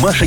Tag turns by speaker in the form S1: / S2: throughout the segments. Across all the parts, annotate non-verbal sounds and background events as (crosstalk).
S1: Маша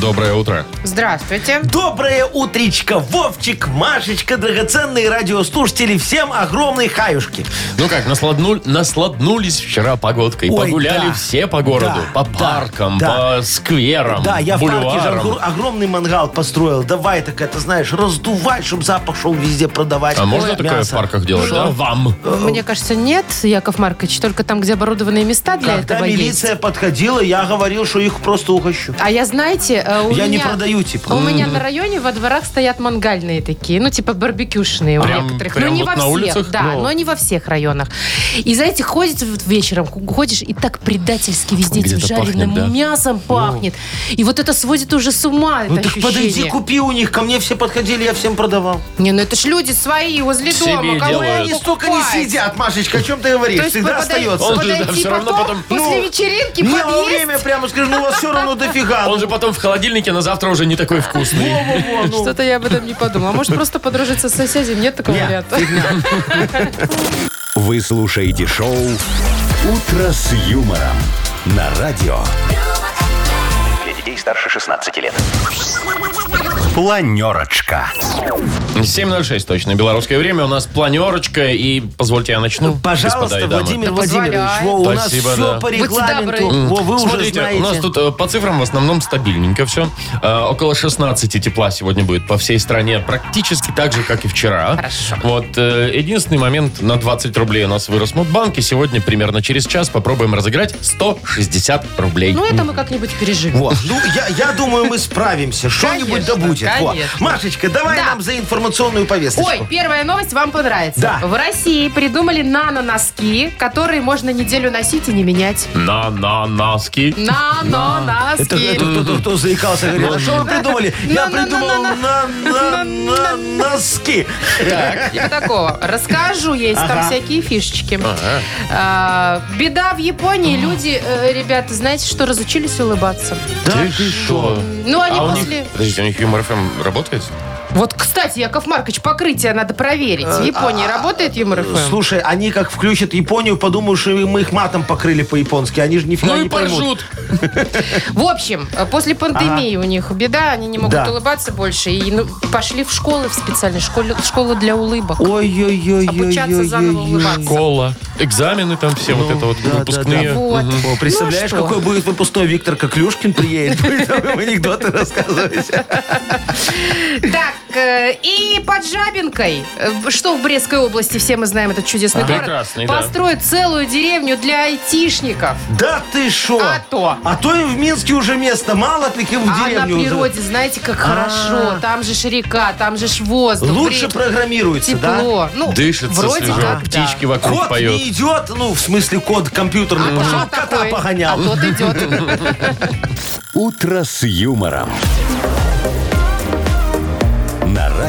S2: Доброе утро.
S3: Здравствуйте.
S4: Доброе утречко, Вовчик, Машечка, драгоценные радиослушатели, всем огромной хаюшки.
S2: Ну как, насладну- насладнулись вчера погодкой.
S4: Ой,
S2: Погуляли
S4: да.
S2: все по городу.
S4: Да,
S2: по паркам,
S4: да.
S2: по скверам,
S4: Да, я в парке же
S2: бульварам.
S4: огру- огромный мангал построил. Давай так это, знаешь, раздувать, чтобы запах шел везде продавать.
S2: А можно
S4: Ой,
S2: такое
S4: мясо.
S2: в парках делать, да? Вам.
S3: Мне кажется, нет, Яков Маркович, только там, где оборудованные места для
S4: Когда
S3: этого
S4: милиция
S3: есть.
S4: подходила, я говорил, что их просто угощу.
S3: А я, знаете, э, у
S4: Я не
S3: меня-
S4: продаю, типа.
S3: У меня на районе во дворах стоят мангальные такие, ну, типа барбекюшные у
S2: Прям-
S3: некоторых.
S2: прям
S3: ну, не
S2: вот
S3: во
S2: на
S3: всех,
S2: улицах?
S3: да,
S2: Ну.
S3: но не во всех районах. И, знаете, ходит вот вечером, ходишь, и так предательски везде этим
S2: Где-то
S3: жареным
S2: пахнет, да.
S3: мясом пахнет. И вот это сводит уже с ума,
S4: Ну
S3: это
S4: так подойди,
S3: ощущение.
S4: купи у них. Ко мне все подходили, я всем продавал.
S3: Не, ну это ж люди свои, возле
S2: Себе
S3: дома. кому
S2: делают.
S3: они
S4: Они столько не
S3: покупают?
S4: сидят, Машечка, о чем ты говоришь?
S3: А То есть Типа
S4: Всегда
S3: подойти-
S4: остается.
S2: Он же, да,
S3: подойти
S2: всё равно потом-
S3: после
S4: Ну,
S3: вечеринки
S4: Не во
S3: подъезд.
S4: время прямо скажу, ну у вас все равно дофига.
S2: Он же потом в холодильнике на завтра уже не такой
S4: (laughs)
S2: вкусный.
S4: Во-во-во, ну.
S3: Что-то я об этом не подумала. Может, просто подружиться с соседями? Нет такого
S4: Не,
S3: варианта.
S1: Вы слушаете шоу «Утро с юмором» на радио. Для детей старше 16 лет. Планерочка.
S2: 7.06 точно. Белорусское время. У нас планерочка. И позвольте, я начну. господа
S4: Пожалуйста,
S2: и дамы.
S4: Владимир
S3: Да
S4: Владимирович,
S3: позволяет.
S4: во, у нас
S2: Спасибо,
S4: все
S2: да.
S4: по
S3: Будьте
S4: регламенту.
S3: добры.
S4: Во, вы уже
S2: Смотрите,
S4: знаете.
S2: у нас тут э, по цифрам в основном стабильненько все. около 16 тепла сегодня будет по всей стране. Практически так же, как и вчера.
S3: Хорошо.
S2: Вот э, единственный момент, на 20 рублей у нас вырос Мудбанк. И сегодня примерно через час попробуем разыграть 160 рублей.
S3: Ну, это мы как-нибудь переживем.
S4: Вот. Ну, я, я думаю, мы справимся. Что-нибудь
S3: Конечно,
S4: да будет. Во.
S3: конечно.
S4: Машечка, давай
S3: Да.
S4: нам за информационную повесточку.
S3: Ой, первая новость вам понравится.
S4: Да.
S3: В России придумали нано-носки, которые можно неделю носить и не менять.
S2: На-на-наски.
S3: Нано-носки.
S4: Это, это кто, кто, кто заикался,
S2: Ну,
S4: говорит, а что вы придумали? Я
S3: На-на-на-на-на.
S4: придумал на,
S3: ну,
S4: на, на, носки.
S3: Типа такого. Расскажу, есть там
S4: Ага.
S3: всякие фишечки. А, Беда в Японии. Люди, э, ребята, знаете, что разучились улыбаться.
S4: Да
S2: Ты что?
S3: Ну, они
S2: А у
S3: после...
S2: них... Подождите, у них юмор ФМ работает?
S3: Вот, кстати, Яков Маркович, покрытие надо проверить.
S4: Э,
S3: В
S4: а,
S3: Японии работает юмор ФМ?
S4: Слушай, они как включат Японию, подумают, что мы их матом покрыли по-японски. Они же нифига
S2: Ну и
S4: не поймут.
S2: поржут.
S3: В общем, э, после пандемии у них беда, они не могут
S4: Да.
S3: улыбаться больше. И ну, пошли в школы, в специальные школы, школы для улыбок. Обучаться заново
S4: Ой-ой-ой-ой-ой.
S3: улыбаться.
S2: Кола. Экзамены там все, вот это вот
S4: да, да,
S2: выпускные.
S4: да.
S3: Вот.
S4: О, представляешь,
S3: Ну а что?
S4: какой будет выпускной Виктор Коклюшкин приедет, (laughs) будет там анекдоты рассказывать.
S3: Так, э, и под Жабинкой, э, что в Брестской области, все мы знаем этот чудесный город,
S2: Прекрасный, да.
S3: построят целую деревню для айтишников.
S4: Да ты шо?
S3: А то.
S4: А то им в Минске уже места мало, так им в
S3: А на
S4: деревню. уже. А.
S3: природе, знаете, как хорошо. Там же ж река, там же ж воздух.
S4: Лучше
S3: при-
S4: программируется, да?
S3: Тепло. Ну,
S2: Дышится
S3: вроде
S2: свежо,
S3: как, да.
S2: птички вокруг
S4: Кот
S2: поют.
S4: не идет, ну, в смысле, кот компьютерный
S3: А
S4: пошел,
S3: тот
S4: кота
S3: такой,
S4: погонял.
S3: А тот идет.
S1: «Утро с юмором». На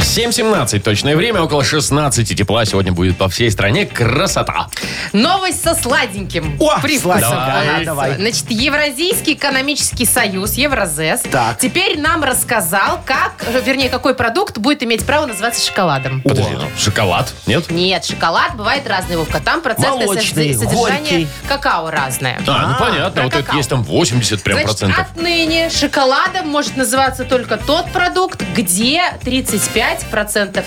S2: 7.17 точное время, около 16 тепла сегодня будет по всей стране. Красота!
S3: Новость со сладеньким
S4: О,
S3: привкусом.
S4: сладенькое.
S3: понравится.
S4: Давай, давай.
S3: Значит, Евразийский экономический союз, Евразес,
S4: Так.
S3: теперь нам рассказал, как, вернее, какой продукт будет иметь право называться шоколадом.
S2: Подожди, ну, шоколад, нет?
S3: Нет, шоколад бывает разный, Вовка. Там процентное
S4: Молочный,
S3: содержи- содержание
S4: горький.
S3: какао разное.
S2: А, ну понятно,
S3: про
S2: вот это
S3: какао.
S2: есть там 80 прям
S3: Значит,
S2: процентов.
S3: отныне шоколадом может называться только тот продукт, где 35%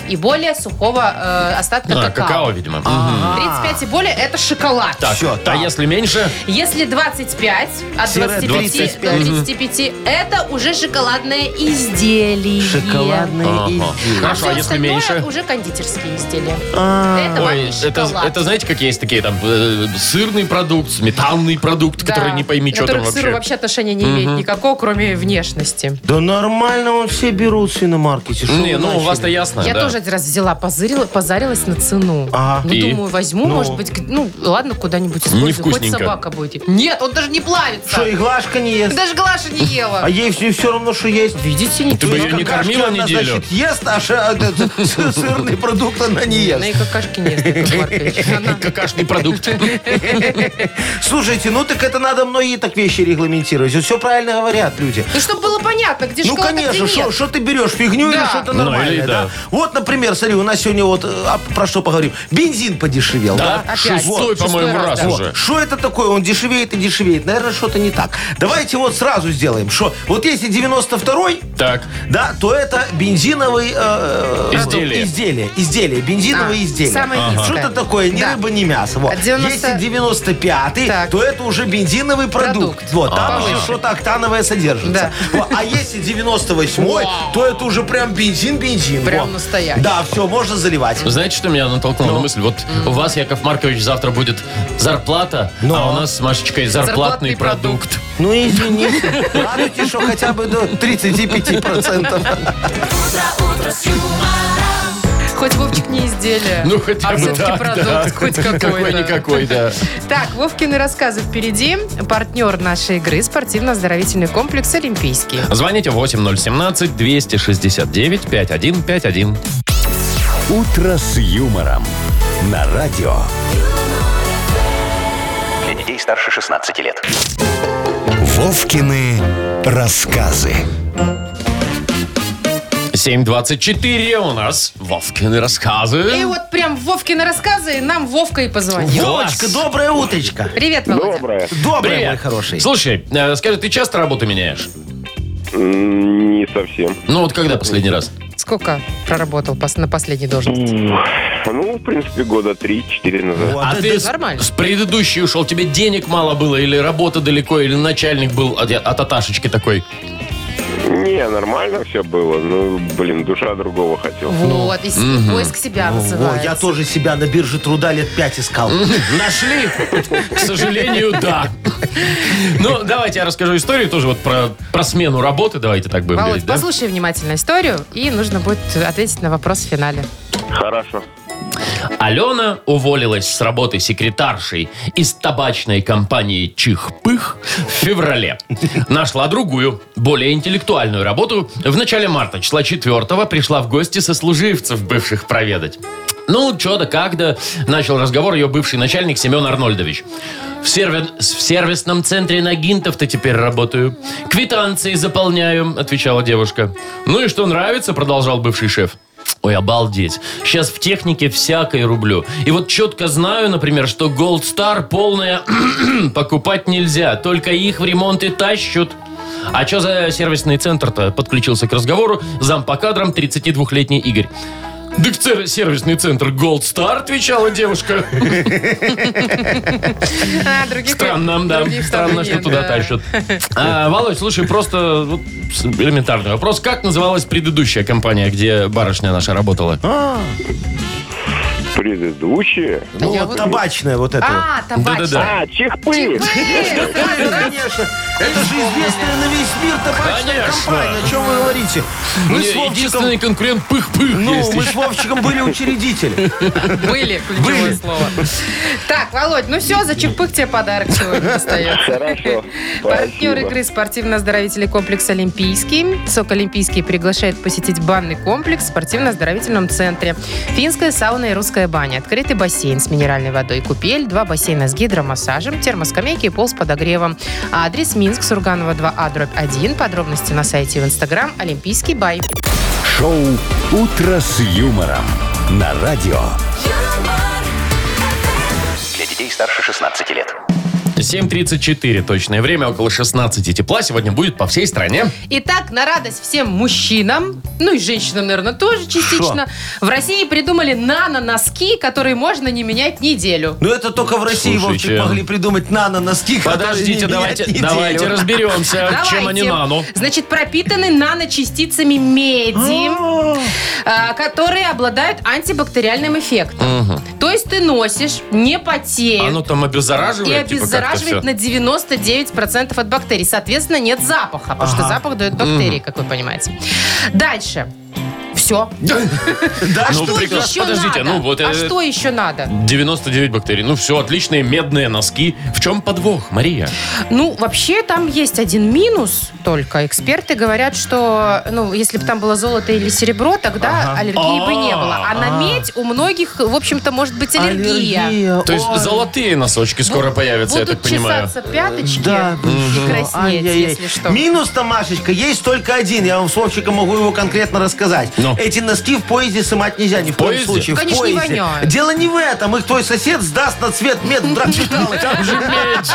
S3: и более сухого э, остатка
S2: А,
S3: какао.
S2: какао, видимо. Мгм.
S3: 35 и более – это шоколад.
S2: Так,
S4: Всё,
S2: а
S4: так.
S2: если меньше?
S3: Если 25 от
S4: Сыра
S3: 25 до
S4: 35.
S3: 35, это уже шоколадное изделие.
S4: Шоколадные
S2: Ага.
S4: изделия.
S3: А
S2: Хорошо,
S3: все
S2: а если
S3: остальное
S2: меньше?
S3: уже кондитерские изделия.
S4: А,
S3: Это вам
S2: Ой,
S3: не
S2: это,
S3: шоколад.
S2: это знаете, как есть такие там э, сырный продукт, сметанный продукт,
S3: Да,
S2: который не пойми, что
S3: который
S2: там
S3: к сыру
S2: вообще.
S3: вообще отношения не имеет никакого, кроме внешности.
S4: Да нормально он все берут, акции на маркете. Что
S2: Не,
S4: вы
S2: ну у
S4: начали?
S2: вас-то ясно,
S3: Я
S2: да.
S3: тоже один раз взяла, позырила, позарилась на цену.
S4: Ага.
S3: Ну,
S2: И?
S3: думаю, возьму,
S4: А. Ну.
S3: может быть, к- ну, ладно, куда-нибудь использую. Хоть
S2: Невкусненько.
S3: собака будет. Нет, он даже не плавится.
S4: Что, и Глашка не
S3: Ты
S4: ест?
S3: даже Глаша
S4: (laughs)
S3: не ела.
S4: А ей все, все равно, что есть.
S3: Видите, не
S2: Ты бы
S4: Ну,
S2: ее не
S4: какашки
S2: кормила
S4: она,
S2: неделю?
S4: Значит, ест, а ша- а, да, (laughs) с- сырный продукт она не
S3: Она и
S4: ест.
S3: какашки не ест,
S2: (laughs)
S3: Яков Маркович. Она-
S2: Какашный продукт.
S4: Слушайте, ну так это надо многие так вещи регламентировать. Вот все правильно говорят люди.
S3: Ну, чтобы было понятно, где
S4: Ну,
S3: шоколад, а где
S4: конечно, что
S3: нет.
S4: что ты берешь, фигню или
S3: Да.
S4: что-то
S2: Ну,
S4: нормальное,
S2: или
S4: да.
S2: да.
S4: Вот, например, смотри, у нас сегодня вот, э, а про что поговорим? Бензин подешевел, да?
S2: Да, шестой,
S3: Опять.
S2: по-моему,
S3: Шестой
S2: раз
S3: раз, да.
S2: уже.
S4: Что это такое? Он дешевеет и дешевеет. Наверное, что-то не так. Давайте вот сразу сделаем, что вот если 92-й,
S2: Так,
S4: да, то это бензиновые э,
S2: Изделия.
S4: изделия. Изделия, бензиновые
S3: А,
S4: изделия.
S3: самое Ага. низкое.
S4: Что-то такое, ни
S3: Да.
S4: рыба, ни мясо. Вот.
S3: А 90
S4: Если 95-й,
S3: Так.
S4: то это уже бензиновый продукт.
S3: Продукт.
S4: Вот, там
S3: Повыше.
S4: еще что-то октановое содержится. Вот. А если 98-й, то это уже прям бензин-бензин.
S3: Прям
S4: Во.
S3: настоящий.
S4: Да, все, можно заливать.
S2: знаете, что меня натолкнуло
S4: Ну?
S2: на мысль? Вот у вас, Яков Маркович, завтра будет зарплата,
S4: Но.
S2: а у нас с Машечкой зарплатный
S3: Зарплатный продукт.
S2: продукт.
S4: Ну, извините. Радуйте, что хотя бы до
S2: (laughs)
S4: 35%.
S3: Хоть Вовчик не изделие.
S2: Ну, хотя
S3: а
S2: бы
S3: все-таки
S2: так,
S3: продукт
S2: да.
S3: хоть какой-то.
S2: Какой-никакой, да.
S3: Так, Вовкины рассказы впереди. Партнер нашей игры – спортивно-оздоровительный комплекс «Олимпийский».
S2: Звоните 8017-269-5151.
S1: «Утро с юмором» на радио.
S5: Для детей старше 16 лет.
S1: Вовкины рассказы.
S2: 7.24 у нас Вовкины
S3: И
S2: рассказы.
S3: вот прям Вовкины рассказы, и нам Вовка и позвонил.
S4: Вовочка, доброе утречко.
S3: Привет, Володя.
S6: Доброе.
S4: Доброе, мой хороший.
S2: Слушай, э, скажи, ты часто работу меняешь?
S6: М, Не совсем.
S2: Ну вот когда последний раз?
S3: Сколько проработал пос- на последней должности?
S6: Ну, в принципе, года 3-4 назад.
S4: Вот.
S2: а
S4: Да,
S2: ты
S4: да,
S2: с,
S3: нормально.
S2: с предыдущей ушел, тебе денег мало было, или работа далеко, или начальник был от, от Аташечки такой.
S6: Не, нормально все было. Ну, блин, душа другого хотела.
S3: Вот, и с- поиск себя
S4: Во,
S3: называется.
S4: я тоже себя на бирже труда лет пять искал.
S2: Нашли? К сожалению, да. Ну, давайте я расскажу историю тоже вот про, про смену работы, давайте так будем
S3: Володь,
S2: говорить, да?
S3: послушай внимательно историю, и нужно будет ответить на вопрос в финале.
S6: Хорошо.
S2: Алена уволилась с работы секретаршей из табачной компании «Чих-Пых» в феврале. Нашла другую, более интеллектуальную работу. В начале марта, числа 4 пришла в гости сослуживцев бывших проведать. Ну, чё да как да, начал разговор ее бывший начальник Семен Арнольдович. В, серве- в сервисном центре Нагинтов-то теперь работаю. Квитанции заполняю, отвечала девушка. Ну и что нравится, продолжал бывший шеф. Ой, обалдеть. Сейчас в технике всякое рублю. И вот четко знаю, например, что Gold Star полная (clears throat) покупать нельзя. Только их в ремонт и тащут. А что за сервисный центр-то? Подключился к разговору зам по кадрам 32-летний Игорь. Да в цер- сервисный центр Gold Star, отвечала девушка.
S3: А, других-
S2: Странно, да.
S3: других
S2: Странно,
S3: сомнений,
S2: что туда
S3: да. (laughs)
S2: тащат. А, Володь, слушай, просто вот с- элементарный вопрос. Как называлась предыдущая компания, где барышня наша работала?
S6: Предыдущие.
S4: Ну,
S3: я
S4: вот
S3: вот-
S4: табачная вот эта вот.
S3: А, табачный.
S2: Да-да-да.
S6: А, чехпы.
S4: Ой, конечно. Это же известная на весь мир табачная
S2: Конечно.
S4: компания. О чем вы говорите? Мы с
S2: Мне единственный
S4: Вовчиком...
S2: конкурент пых-пых (laughs)
S4: Ну,
S2: есть
S4: мы
S2: еще.
S4: с Вовчиком были учредители.
S3: Были, ключевое слово. Так, Володь, ну все, за чепых тебе подарок сегодня остается.
S6: Хорошо.
S3: Партнер
S6: Спасибо.
S3: игры спортивно-оздоровительный комплекс «Олимпийский». СОК «Олимпийский» приглашает посетить банный комплекс в спортивно-оздоровительном центре. Финская сауна и русская баня. Открытый бассейн с минеральной водой, купель, два бассейна с гидромассажем, термоскамейки и пол с подогревом. А Адрес Минск, Сурганова 2А, дробь 1. Подробности на сайте и в Инстаграм «Олимпийский бай».
S1: Шоу «Утро с юмором» на радио.
S5: Для детей старше 16 лет.
S2: 7.34 точное время, около 16 тепла. Сегодня будет по всей стране.
S3: Итак, на радость всем мужчинам, ну и женщинам, наверное, тоже частично, в России придумали нано-носки, которые можно не менять неделю.
S4: Но это только в России,
S2: Слушайте.
S4: Вовчик, могли придумать нано-носки, которые
S2: Подождите,
S4: а не меняют
S2: давайте,
S4: неделю.
S2: давайте разберемся, А чем они
S3: Давайте.
S2: нано.
S3: Значит, пропитаны наночастицами меди, а, которые обладают антибактериальным эффектом. То есть ты носишь, не потеешь.
S2: А Оно там
S3: И
S2: обеззараживает, ну, типа, всё.
S3: замораживает на 99% от бактерий. Соответственно, нет запаха, потому что запах дает бактерии, как вы понимаете. Дальше. Все.
S4: Да,
S2: Ну,
S4: что?
S2: прекрасно.
S3: еще
S2: Подождите,
S3: А надо?
S2: ну вот,
S3: А
S2: э,
S3: что еще надо?
S2: 99 бактерий. Ну все, отличные медные носки. В чем подвох, Мария?
S3: Ну, вообще там есть один минус только. Эксперты говорят, что ну, если бы там было золото или серебро, тогда аллергии бы не было. А на медь у многих, в общем-то, может быть аллергия.
S2: То есть золотые носочки скоро появятся, я
S3: Будут
S2: так понимаю.
S3: чесаться пяточки
S4: Да, вы
S3: и
S4: что?
S3: краснеть,
S4: Ай-яй-яй.
S3: если что.
S4: Минус-то, Машечка, есть только один. Я вам с Вовчиком могу его конкретно рассказать.
S2: Ну.
S4: Эти носки в поезде сымать нельзя ни в, коем
S2: поезде?
S4: случае. В
S3: Конечно, не
S4: поезде.
S3: воняют.
S4: Дело не в этом. Их твой сосед сдаст на цвет
S3: (laughs)
S4: меддрагметалла.
S2: Там же медь.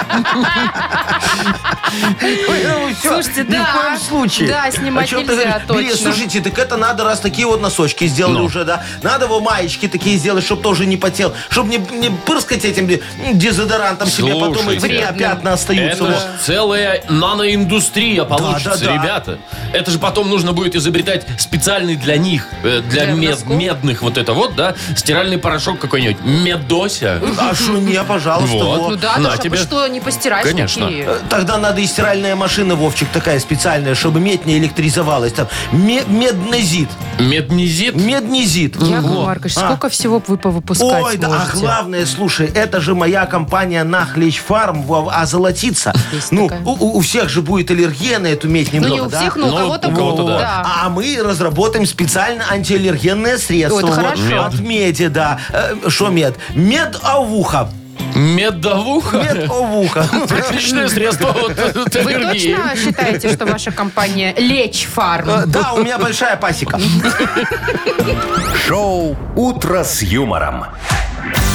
S4: Поэтому всё,
S3: Слушайте,
S4: ни
S3: да.
S4: в коем случае.
S3: Да, снимать
S4: О чём ты
S3: нельзя,
S4: говоришь? Бери,
S3: точно.
S4: Слушайте, так это надо, раз такие вот носочки сделали
S2: Ну.
S4: уже, да. Надо его маечки такие сделать, чтобы тоже не потел. Чтобы не, не пырскать этим м, дезодорантом себе потом, и
S2: Слушайте.
S4: тебе
S3: Вредно.
S4: пятна остаются.
S2: Это
S4: вот.
S2: ж целая наноиндустрия получится,
S4: да, да.
S2: ребята. Это же потом нужно будет изобретать специальный для них, э, для
S3: Для
S2: мед-
S3: носков?
S2: медных вот это вот, да, стиральный порошок какой-нибудь, медося.
S4: А что не, пожалуйста,
S2: Вот.
S4: вот.
S3: Ну да,
S2: На
S3: Даша, а
S2: тебе.
S3: вы что, не постираешь
S2: Конечно.
S3: такие?
S4: Э, Тогда надо и стиральная машина, Вовчик, такая специальная, чтобы медь не электризовалась. Там ме- меднозит.
S2: Меднезит.
S4: Меднезит.
S3: Яков
S4: Во.
S3: Маркович,
S4: А.
S3: сколько всего вы повыпускать
S4: Ой, да, а
S3: можете?
S4: главное, слушай, это же моя компания Нахлещ Фарм во- озолотится.
S3: Есть
S4: Ну,
S3: такая.
S4: у, у- у всех же будет аллергия на эту медь
S3: Ну
S4: немного,
S3: не у
S4: да?
S3: всех, но у
S2: Ну,
S3: кого-то
S2: у кого-то
S3: будет,
S2: да.
S3: да.
S4: А мы разработаем специально антиаллергенное средство
S3: это
S4: вот,
S3: хорошо.
S2: Мед.
S4: от меди, да. Э, Что мед? Медовуха.
S2: Медовуха.
S4: Медовуха.
S2: (laughs)
S3: (laughs)
S2: Отличное средство
S4: (laughs)
S2: от Э, от
S3: Вы
S2: аллергии.
S3: точно считаете, что ваша компания Лечь
S4: Э,
S3: Фарм?
S4: Да, у меня большая пасека.
S1: Шоу «Утро с юмором».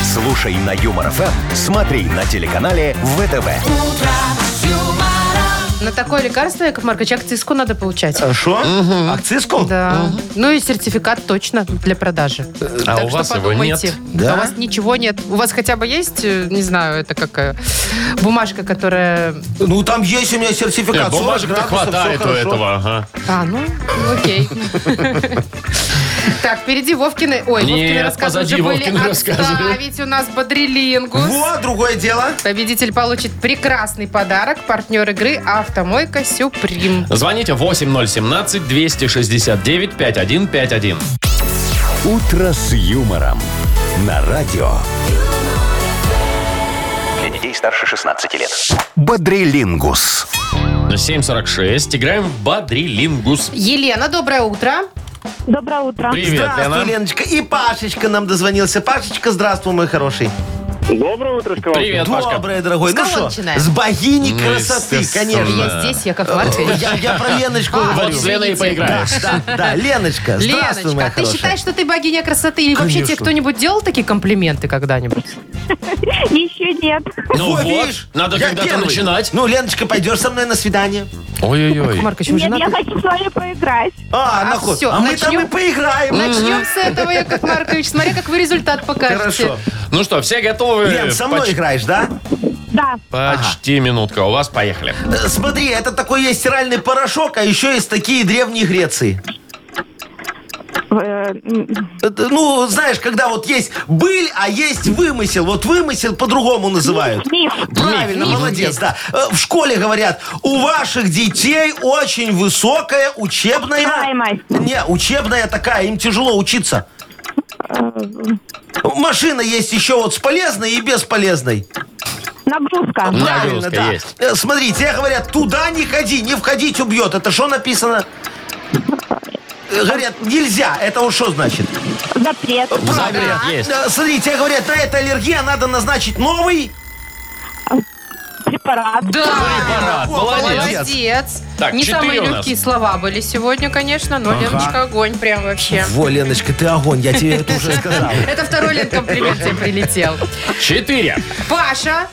S1: Слушай на Юмор ФМ, смотри на телеканале ВТВ.
S3: На такое лекарство, Яков Маркович, акцизку надо получать.
S4: Что? А Акцизку?
S3: Да. Ну и сертификат точно для продажи.
S2: А
S3: Так
S2: у
S3: что
S2: вас его
S3: подумайте.
S2: нет.
S4: Да?
S3: А У вас ничего нет. У вас хотя бы есть, э, не знаю, это какая бумажка, которая...
S4: Ну, там есть у меня
S2: Э,
S4: сертификат. 40
S2: Бумажек-то
S4: градусов, всё
S2: хватает у
S4: хорошо.
S2: этого. ага.
S3: А, ну, окей. Так, впереди Вовкины... Ой, Вовкины
S2: Нет,
S3: рассказы
S2: позади
S3: уже были.
S2: Вовкины рассказы.
S3: Отставить у нас бодрилингус.
S4: Во, другое дело.
S3: Победитель получит прекрасный подарок. Партнер игры «Автомойка Сюприм».
S2: Звоните 8017-269-5151.
S1: «Утро с юмором» на радио
S5: Для детей старше 16 лет.
S1: «Бодрилингус».
S2: 746. Играем в Бадрилингус.
S3: Елена, доброе утро.
S7: Доброе утро.
S2: Привет,
S4: здравствуй,
S2: Лена.
S4: Леночка. И Пашечка нам дозвонился. Пашечка, здравствуй, мой хороший.
S6: Доброе утречко вам.
S2: Привет, Пашка.
S4: Доброе, дорогой.
S3: С
S4: ну
S3: кого
S4: что,
S3: начинаем?
S4: с богини
S2: Ну,
S4: красоты,
S2: естественно.
S4: конечно.
S3: Я здесь, Яков Маркович.
S4: Я, я про Леночку
S3: А,
S2: Вот
S4: говорю.
S2: с Леной и
S4: Да,
S2: поиграешь.
S4: да, да. Леночка, здравствуй,
S3: Леночка,
S4: моя
S3: а ты
S4: хорошая.
S3: считаешь, что ты богиня красоты? Или вообще тебе
S4: Конечно.
S3: кто-нибудь делал такие комплименты когда-нибудь?
S7: Еще нет.
S2: Ну
S4: Во,
S2: вот,
S4: видишь,
S2: надо
S4: я
S2: когда-то
S4: первый.
S2: начинать.
S4: Ну, Леночка, пойдешь со мной на свидание?
S2: Ой-ой-ой.
S3: Маркович, вы
S7: Нет,
S3: женаты?
S7: я хочу с вами поиграть.
S4: А,
S3: А,
S4: нахуй.
S3: всё,
S4: а мы
S3: начнем?
S4: там и поиграем.
S3: Начнем с этого, Яков Маркович. Смотри, как вы результат покажете.
S4: Хорошо.
S2: Ну что, все готовы?
S4: Лен, со мной
S2: Поч-
S4: играешь, да?
S7: Да.
S2: Почти минутка. У вас поехали.
S4: Э, Смотри, это такой есть стиральный порошок, а еще есть такие древние Греции.
S7: Э, м,
S4: Это, ну, знаешь, когда вот есть быль, а есть вымысел. Вот вымысел по-другому называют.
S7: Миф.
S4: Правильно,
S3: Миф, миф
S4: молодец,
S3: есть.
S4: да. Э, В школе говорят, у ваших детей очень высокая учебная...
S7: Успеваемость.
S4: Не, учебная такая, им тяжело учиться.
S7: э,
S4: Машина есть еще вот с полезной и бесполезной.
S2: Нагрузка
S7: Нагрузка.
S4: А Правильно, да.
S2: есть.
S4: Э, Смотри, тебе говорят, туда не ходи, не входить убьет. Это что написано? Э, Говорят, нельзя. Это вот что значит?
S7: Запрет.
S2: Запрет есть.
S4: Э, Смотри, тебе говорят, на это аллергия, надо назначить новый.
S7: Препарат.
S3: Да,
S2: Марат,
S4: вот,
S2: молодец.
S4: молодец.
S3: молодец.
S2: Так,
S3: Не
S2: четыре
S3: самые
S2: у нас.
S3: легкие слова были сегодня, конечно, но Леночка огонь прям вообще.
S4: Во, Леночка, ты огонь, я тебе это уже (laughs) сказал.
S3: Это второй Лен комплимент тебе прилетел.
S2: Четыре.
S3: Паша,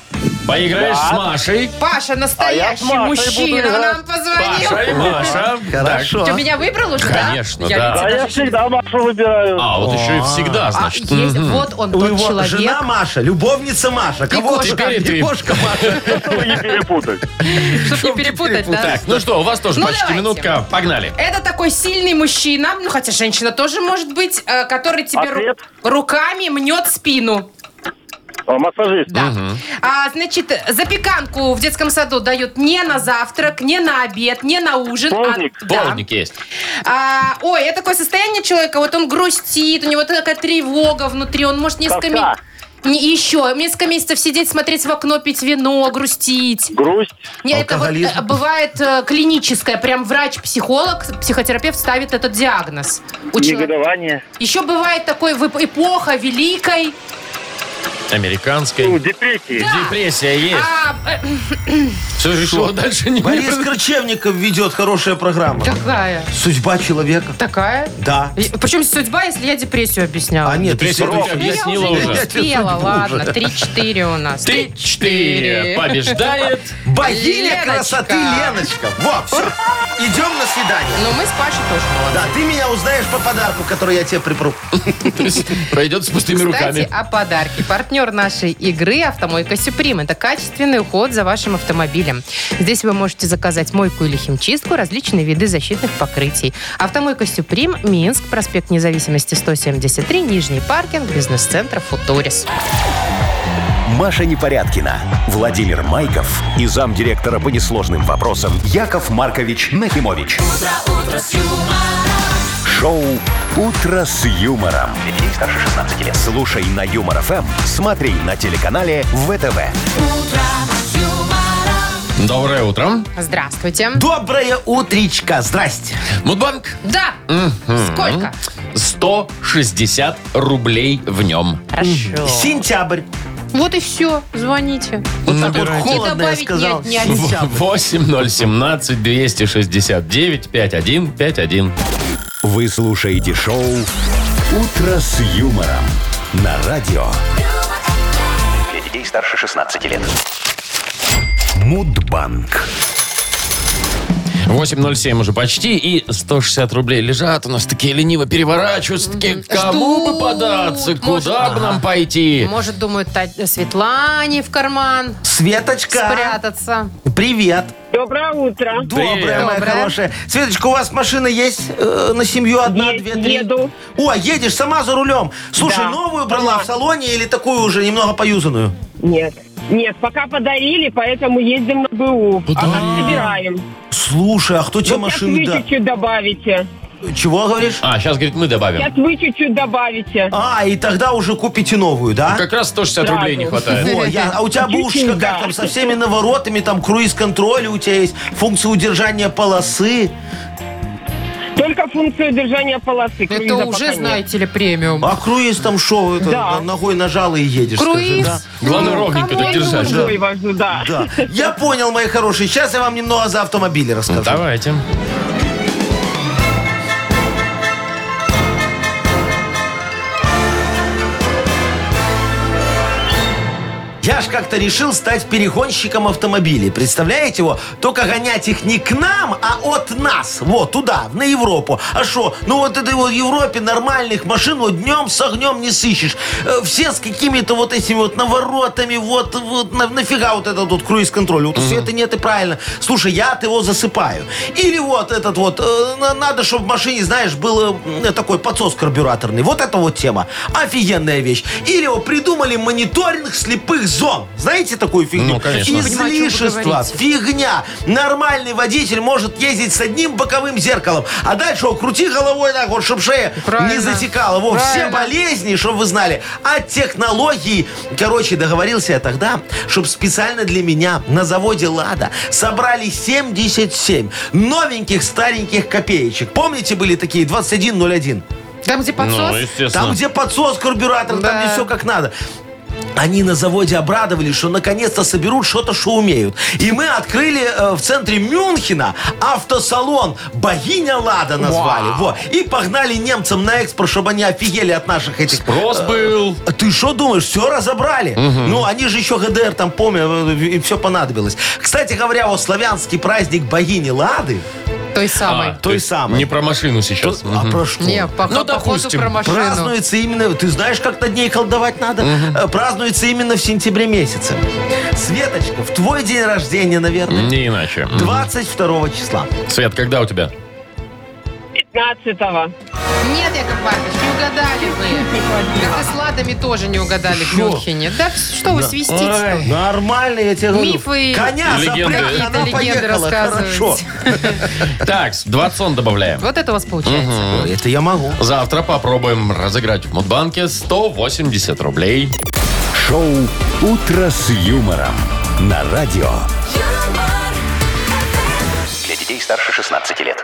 S2: Поиграешь с Машей.
S3: Паша,
S7: А
S3: настоящий мужчина нам позвонил.
S2: Паша и Маша.
S4: Хорошо.
S3: Ты меня выбрал уже, да?
S2: Конечно,
S3: Я
S2: да.
S7: А
S3: ведь это же-
S8: Машу выбираю.
S2: А, вот еще и всегда,
S3: А,
S2: значит.
S3: есть, вот он,
S4: У
S3: тот
S4: его
S3: человек.
S4: жена Маша, любовница Маша. ты-
S3: кошка.
S2: Теперь и ты.
S4: И кошка Маша.
S8: Чтобы не перепутать.
S3: Чтобы не перепутать, да?
S2: Так, ну что, у вас тоже
S3: Ну,
S2: почти
S3: давайте.
S2: минутка. Погнали.
S3: Это такой сильный мужчина, ну хотя женщина тоже может быть, э, который тебе ру-
S8: Ответ.
S3: руками мнет спину.
S8: А, массажист.
S3: Да. А, значит, запеканку в детском саду дают не на завтрак, не на обед, не на ужин. а-
S8: Полдник?
S3: да.
S2: Полдник есть.
S3: А, ой, это такое состояние человека, вот он грустит, у него такая тревога внутри, он может несколько
S8: Тоска.
S3: месяцев... еще, несколько месяцев сидеть, смотреть в окно, пить вино, грустить.
S8: Грусть.
S3: Не, это вот
S4: Алкоголизм.
S3: э, бывает э, клиническое, прям врач-психолог, психотерапевт ставит этот диагноз. У человека.
S8: Негодование.
S3: Еще бывает такой вып- эпоха великой,
S8: Ну,
S2: Американской.
S8: депрессии.
S2: Депрессия есть.
S3: а, э,
S2: Все решило дальше не
S4: (laughs) Борис Корчевников ведет хорошая программа.
S3: какая?
S4: Судьба человека.
S3: Такая?
S4: Да.
S3: И- Причем судьба, если я депрессию объясняла.
S4: А нет, ты
S2: Депрессия
S4: сегодня-
S2: тебя объяснила
S3: я уже
S2: уже.
S3: не успела, ладно. 3-4 у нас.
S2: Три-четыре. Побеждает.
S4: (laughs) Богиня
S3: Леночка.
S4: красоты Леночка. Во, все. Идем на свидание.
S3: Но мы с Пашей тоже молодцы.
S4: Да, ты меня узнаешь по подарку, который я тебе припру.
S2: То есть Пройдет с пустыми
S3: Кстати,
S2: руками.
S3: о подарке. Партнер нашей игры «Автомойка Сюприм» – это качественный уход за вашим автомобилем. Здесь вы можете заказать мойку или химчистку, различные виды защитных покрытий. «Автомойка Сюприм», Минск, проспект Независимости, 173, Нижний паркинг, бизнес-центр «Футурис».
S1: Маша Непорядкина, Владимир Майков и замдиректора по несложным вопросам Яков Маркович Нахимович. Шоу Утро с юмором.
S5: Для детей старше 16 лет.
S1: Слушай на юмор ФМ, смотри на телеканале ВТВ.
S4: а
S2: Доброе утро.
S3: Здравствуйте.
S4: Доброе утречко. Здрасте.
S2: Мудбанк.
S3: Да. Сколько?
S2: 160 рублей в нем.
S3: Хорошо.
S4: Сентябрь.
S3: Вот и все. Звоните.
S4: Вот так вот
S2: Набирайте.
S4: холодно я
S3: добавить
S4: сказал.
S3: нет, ни
S2: (laughs)
S3: один.
S4: Сентябрь.
S2: 8017 269 5151.
S1: Вы слушаете шоу Утро с юмором на радио
S5: Для детей старше 16 лет.
S1: Мудбанк.
S2: 8.07 уже почти, и 160 рублей лежат у нас такие лениво переворачиваются, такие, кому
S3: Ждут.
S2: бы податься, куда
S3: Может,
S2: бы нам
S3: ага.
S2: пойти?
S3: Может, думают, Та- Светлане в карман
S4: Светочка,
S3: спрятаться.
S4: привет.
S7: Доброе утро.
S4: Доброе, моя
S3: Доброе.
S4: хорошая. Светочка, у вас машина есть э, на семью? Одна,
S7: Есть,
S4: две, три?
S7: еду.
S4: О, едешь сама за рулем. Слушай,
S7: Да.
S4: новую брала в салоне или такую уже немного поюзанную?
S7: Нет. Нет, пока подарили, поэтому ездим на БУ.
S2: Куда?
S7: А как собираем?
S4: Слушай, а кто тебе
S7: Вот сейчас
S4: машину
S7: вы
S4: дал?
S7: чуть-чуть добавите.
S4: Чего говоришь?
S2: А, сейчас, говорит, мы добавим.
S7: Сейчас вы чуть-чуть добавите.
S4: А, и тогда уже купите новую, да?
S2: Как раз 160
S7: Сразу.
S2: рублей не хватает.
S4: Во, я- а у тебя
S7: Чуть-чуть,
S4: бушечка как
S7: да.
S4: там со всеми наворотами, там круиз-контроль у тебя есть, функция удержания полосы.
S7: Только функцию держания полосы.
S3: Это
S7: круиза пока
S3: уже,
S7: нет.
S3: знаете ли, премиум.
S4: А круиз там шо, это,
S7: Да.
S4: ногой нажала и едешь. скажи,
S3: Круиз.
S4: да?
S2: Главное,
S3: Ну,
S2: ровненько
S3: кому
S2: так держать.
S3: нужно?
S7: Другой вожу, да.
S4: Да. Я понял, мои хорошие. Сейчас я вам немного за автомобили расскажу.
S2: Давайте.
S4: Я ж как-то решил стать перегонщиком автомобилей. Представляете его? Только гонять их не к нам, а от нас. Вот, туда, на Европу. А что? Ну вот этой вот Европе нормальных машин вот днем с огнем не сыщешь. Э, Все с какими-то вот этими вот наворотами, вот, вот на- нафига вот этот вот круиз-контроль. Вот все это нет и правильно. Слушай, я от его засыпаю. Или вот этот вот, э, на- надо, чтобы в машине, знаешь, был э, м, такой подсос карбюраторный. Вот это вот тема. Офигенная вещь. Или вот придумали мониторинг слепых зон. Знаете такую фигню?
S2: Ну, конечно.
S3: Я не понимаю, о чем вы
S4: Излишество,
S3: говорите.
S4: фигня. Нормальный водитель может ездить с одним боковым зеркалом, а дальше он крути головой так вот, чтобы шея не
S3: Правильно.
S4: затекала. Во, все
S3: Правильно.
S4: болезни, чтобы вы знали, от технологий. Короче, договорился я тогда, чтобы специально для меня на заводе «Лада» собрали 77 новеньких стареньких копеечек. Помните, были такие 2101?
S3: Там, где подсос?
S2: Ну, естественно.
S4: Там, где подсос, карбюратор, там
S3: Да.
S4: где все как надо. Они на заводе обрадовались, что наконец-то соберут что-то, что умеют. И мы открыли э, в центре Мюнхена автосалон «Богиня Лада» назвали. Во. И погнали немцам на экспорт, чтобы они офигели от наших этих...
S2: Спрос
S4: э,
S2: был.
S4: а Ты что думаешь, все разобрали? Ну, они же еще ГДР там, э, помню, им все понадобилось. Кстати говоря, вот славянский праздник богини Лады,
S3: Той самой.
S2: А,
S4: той самой.
S2: Не про машину сейчас.
S4: а про что?
S3: Не, пока
S2: Ну,
S3: походу
S2: допустим,
S3: про машину.
S4: Празднуется именно, ты знаешь, как над ней колдовать надо? Э, Празднуется именно в сентябре месяце. Светочка, в твой день рождения, наверное,
S2: Не иначе.
S4: 22 числа.
S2: Свет, когда у тебя?
S7: 15-го.
S3: Нет, Яков Маркович, не угадали вы. Как и с ладами тоже не угадали в
S4: Шо?
S3: Мюнхене. Да что вы свистите?
S4: Ой, Нормально, я тебе говорю.
S3: Мифы и
S4: Коня
S2: легенды.
S4: запрягли,
S3: Какие-то
S4: она
S3: легенды
S4: поехала.
S3: рассказываете.
S4: Хорошо.
S2: Так, 20 сон добавляем.
S3: Вот это у вас получается.
S4: Ой, Это я могу.
S2: Завтра попробуем разыграть в Мудбанке 180 рублей.
S1: Шоу «Утро с юмором» на радио.
S9: юмор,
S5: Для детей старше 16 лет.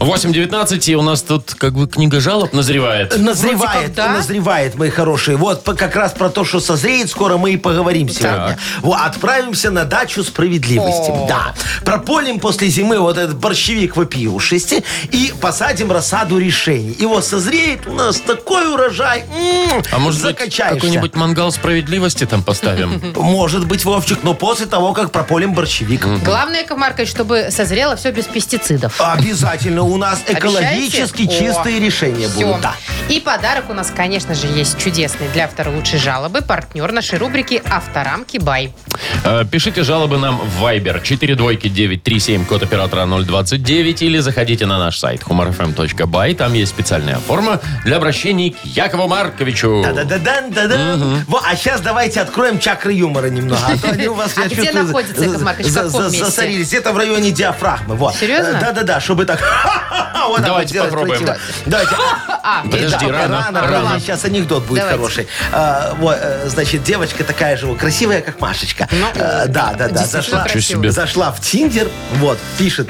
S2: 8.19, и у нас тут как бы книга жалоб назревает.
S4: Ну,
S3: Вроде как
S4: Назревает,
S3: да.
S4: назревает, мои хорошие. Вот по- как раз про то, что созреет, скоро мы и поговорим сегодня. Во, отправимся на дачу справедливости.
S3: О.
S4: Да. Прополим после зимы вот этот борщевик вопиюшести и посадим рассаду решений. И вот созреет у нас такой урожай. М,
S2: А может быть,
S4: закачаешься.
S2: какой-нибудь мангал справедливости там
S4: (laughs)
S2: поставим?
S4: Может быть, Вовчик, но после того, как прополим борщевик.
S3: Главное, Яков Маркович, чтобы созрело все без пестицидов.
S4: Обязательно у нас А, экологически
S3: Обещаете?
S4: чистые
S3: О,
S4: решения
S3: всё.
S4: будут. Да.
S3: И подарок у нас, конечно же, есть чудесный для автора лучшей жалобы, партнер нашей рубрики «Авторамки Бай».
S2: Э, Пишите жалобы нам в Viber 42937, код оператора 029, или заходите на наш сайт humorfm.by. Там есть специальная форма для обращений к Якову Марковичу.
S4: Та-да-да-дан, та-дам. Во, а сейчас давайте откроем чакры юмора немного. А то они у вас,
S3: А
S4: я
S3: где
S4: чувствую,
S3: находится, Яков Маркович, в
S4: за-
S3: каком
S4: за-
S3: месте?
S4: Засорились. Где-то в районе диафрагмы. Вот.
S3: Серьезно?
S4: Э, Да-да-да, чтобы так... (laughs) вот так
S2: Давайте
S4: вот делать
S2: попробуем.
S4: красиво. Давайте.
S3: (laughs) А,
S4: И
S2: Подожди,
S4: да,
S2: рано, рано.
S4: рано. Сейчас анекдот будет
S3: Давайте.
S4: хороший. А, вот, э, Значит, девочка такая же, вот, красивая, как Машечка.
S3: Ну,
S4: Э, Да, да, да.
S3: действительно
S4: Зашла,
S3: красивая.
S2: Чё себе.
S4: зашла в Тиндер, вот, пишет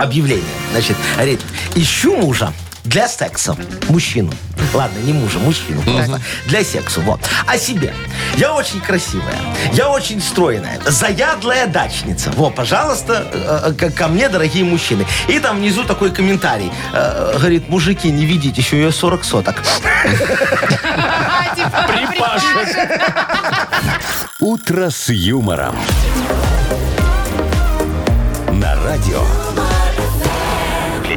S4: объявление. Значит, говорит, ищу мужа для секса. Мужчину. Ладно, не мужа, мужчину. просто. Для секса, вот. О себе. Я очень красивая. Я очень стройная. Заядлая дачница. Во, пожалуйста, э, э, ко- ко мне, дорогие мужчины. И там внизу такой комментарий. Э, Говорит, мужики, не видите, еще ее 40 соток.
S3: а, типа,
S2: Припашек.
S1: «Утро с юмором». На радио.
S5: Для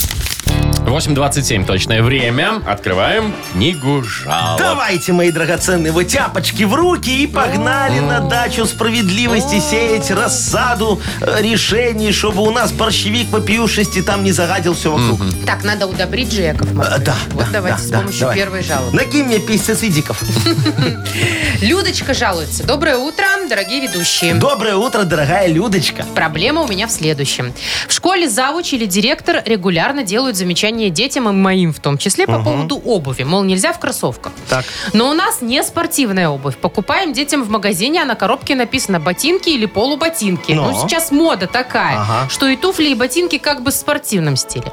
S2: 8.27 точное время. Открываем книгу
S3: А
S2: жалоб.
S4: Давайте, мои драгоценные, вы тяпочки в руки и погнали на дачу справедливости сеять рассаду э, решений, чтобы у нас борщевик вопиюшести там не загадил все вокруг.
S3: Так, надо удобрить же, Яков
S4: Э,
S3: Маркович.
S4: Да,
S3: Вот
S4: да,
S3: давайте
S4: да,
S3: с
S4: да,
S3: помощью
S4: давай.
S3: первой жалобы.
S4: Накинь мне пестицидиков.
S3: Людочка жалуется. Доброе утро, дорогие ведущие.
S4: Доброе утро, дорогая Людочка.
S3: Проблема у меня в следующем. В школе завуч или директор регулярно делают замечания детям и моим в том числе по поводу обуви. Мол, нельзя в кроссовках.
S4: Так.
S3: Но у нас не спортивная обувь. Покупаем детям в магазине, а на коробке написано ботинки или полуботинки.
S4: Но.
S3: Ну, сейчас мода такая,
S4: Ага.
S3: что и туфли, и ботинки как бы в спортивном стиле.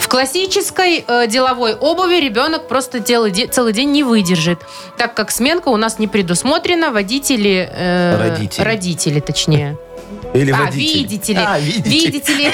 S3: В классической э, деловой обуви ребенок просто делый де- целый день не выдержит, так как сменка у нас не предусмотрена. Водители... э,
S4: Родители.
S3: Родители, точнее.
S4: Или
S3: А,
S4: водитель.
S3: видите ли,
S4: А,
S3: видите.
S4: видите. (laughs)
S3: ли,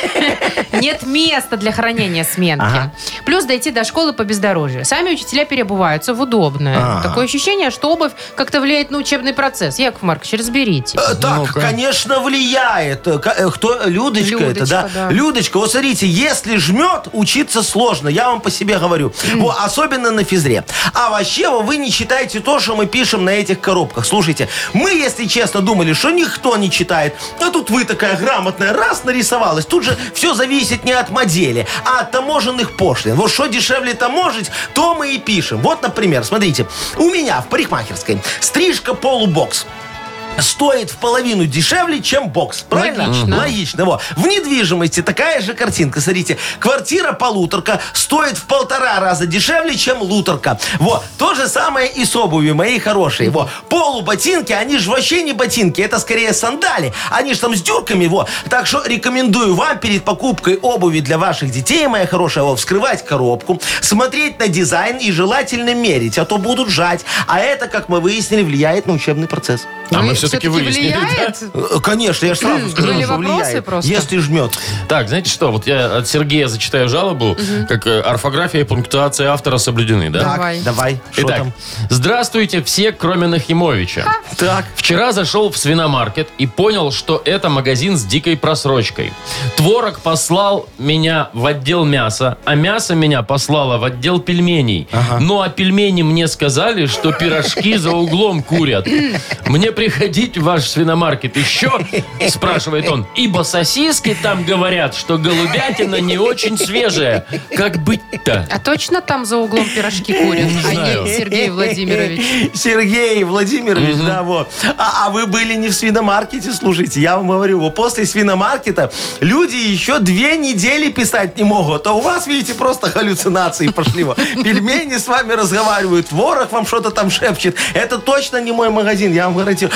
S3: нет места для хранения сменки.
S4: Ага.
S3: Плюс дойти до школы по бездорожью. Сами учителя переобуваются в удобное.
S4: Ага.
S3: Такое ощущение, что обувь как-то влияет на учебный процесс. Яков Маркович, разберитесь.
S4: Э, Так, конечно, влияет. Э, ка- э, Кто? Людочка,
S3: Людочка,
S4: это, да?
S3: да.
S4: Людочка, вот смотрите, если жмет, учиться сложно. Я вам по себе говорю. Во, особенно на физре. А вообще, во, вы не читаете то, что мы пишем на этих коробках. Слушайте, мы, если честно, думали, что никто не читает. А тут вы такая грамотная, раз, нарисовалась. Тут же все зависит не от модели, а от таможенных пошлин. Вот что дешевле таможить, то мы и пишем. Вот, например, смотрите, у меня в парикмахерской стрижка полубокс стоит в половину дешевле, чем бокс. Правильно?
S3: Логично.
S4: Логично. Во. В недвижимости такая же картинка. Смотрите, квартира полуторка стоит в полтора раза дешевле, чем луторка. Вот. То же самое и с обувью, мои хорошие. Во. Полуботинки, они же вообще не ботинки, это скорее сандали. Они же там с дюрками, во. Так что рекомендую вам перед покупкой обуви для ваших детей, моя хорошая, во, вскрывать коробку, смотреть на дизайн и желательно мерить, а то будут жать. А это, как мы выяснили, влияет на учебный процесс.
S2: А мы
S3: Ну,
S2: все-таки выяснили. да?
S3: влияет?
S4: Э, Конечно, я же сразу скажу,
S3: были
S4: что
S3: вопросы
S4: влияет,
S3: просто?
S4: если жмет.
S2: Так, знаете что, вот я от Сергея зачитаю жалобу, как э, орфография и пунктуация автора соблюдены, да?
S3: Давай.
S4: Так, давай. Что
S2: Итак,
S4: там?
S2: здравствуйте все, кроме Нахимовича.
S4: Так.
S2: Вчера зашел в свиномаркет и понял, что это магазин с дикой просрочкой. Творог послал меня в отдел мяса, а мясо меня послало в отдел пельменей. Ну а пельмени мне сказали, что пирожки за углом курят. Мне приходилось сходить в ваш свиномаркет еще? Спрашивает он. Ибо сосиски там говорят, что голубятина не очень свежая. Как быть-то?
S3: А точно там за углом
S4: (laughs)
S3: пирожки курят,
S2: Не
S3: а
S2: знаю.
S3: не Сергей Владимирович?
S4: Сергей Владимирович, да, вот. А, а вы были не в свиномаркете, слушайте, я вам говорю, вот после свиномаркета люди еще две недели писать не могут. А у вас, видите, просто халлюцинации
S3: (laughs)
S4: пошли. вот. Пельмени с вами разговаривают, ворох вам что-то там шепчет. Это точно не мой магазин, я вам гарантирую.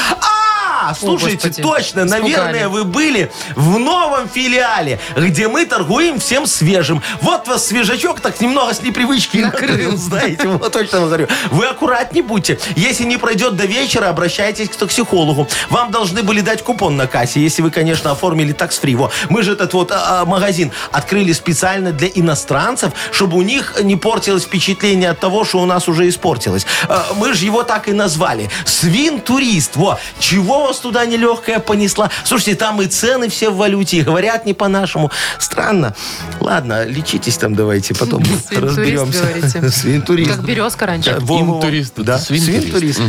S4: А, слушайте,
S3: Господи,
S4: точно,
S3: испугали.
S4: наверное, вы были в новом филиале, где мы торгуем всем свежим. Вот вас свежачок так немного с непривычки накрыл, знаете, вот точно вам говорю. Вы аккуратнее будьте. Если не пройдет до вечера, обращайтесь к токсикологу. Вам должны были дать купон на кассе, если вы, конечно, оформили такс-фри. Во, Мы же этот вот а, а, магазин открыли специально для иностранцев, чтобы у них не портилось впечатление от того, что у нас уже испортилось. А, Мы же его так и назвали. Свин-турист. Во, чего вас туда нелегкая понесла? Слушайте, там и цены все в валюте, и говорят не по-нашему. Странно. Ладно, лечитесь там давайте,
S3: (laughs)
S4: потом
S3: Свин-турист, говорите.
S4: разберемся. (laughs) Свин-турист.
S3: Как березка раньше.
S4: Во, во, во.
S2: Интурист, это
S4: Да,
S2: свин-турист.
S4: свин-турист.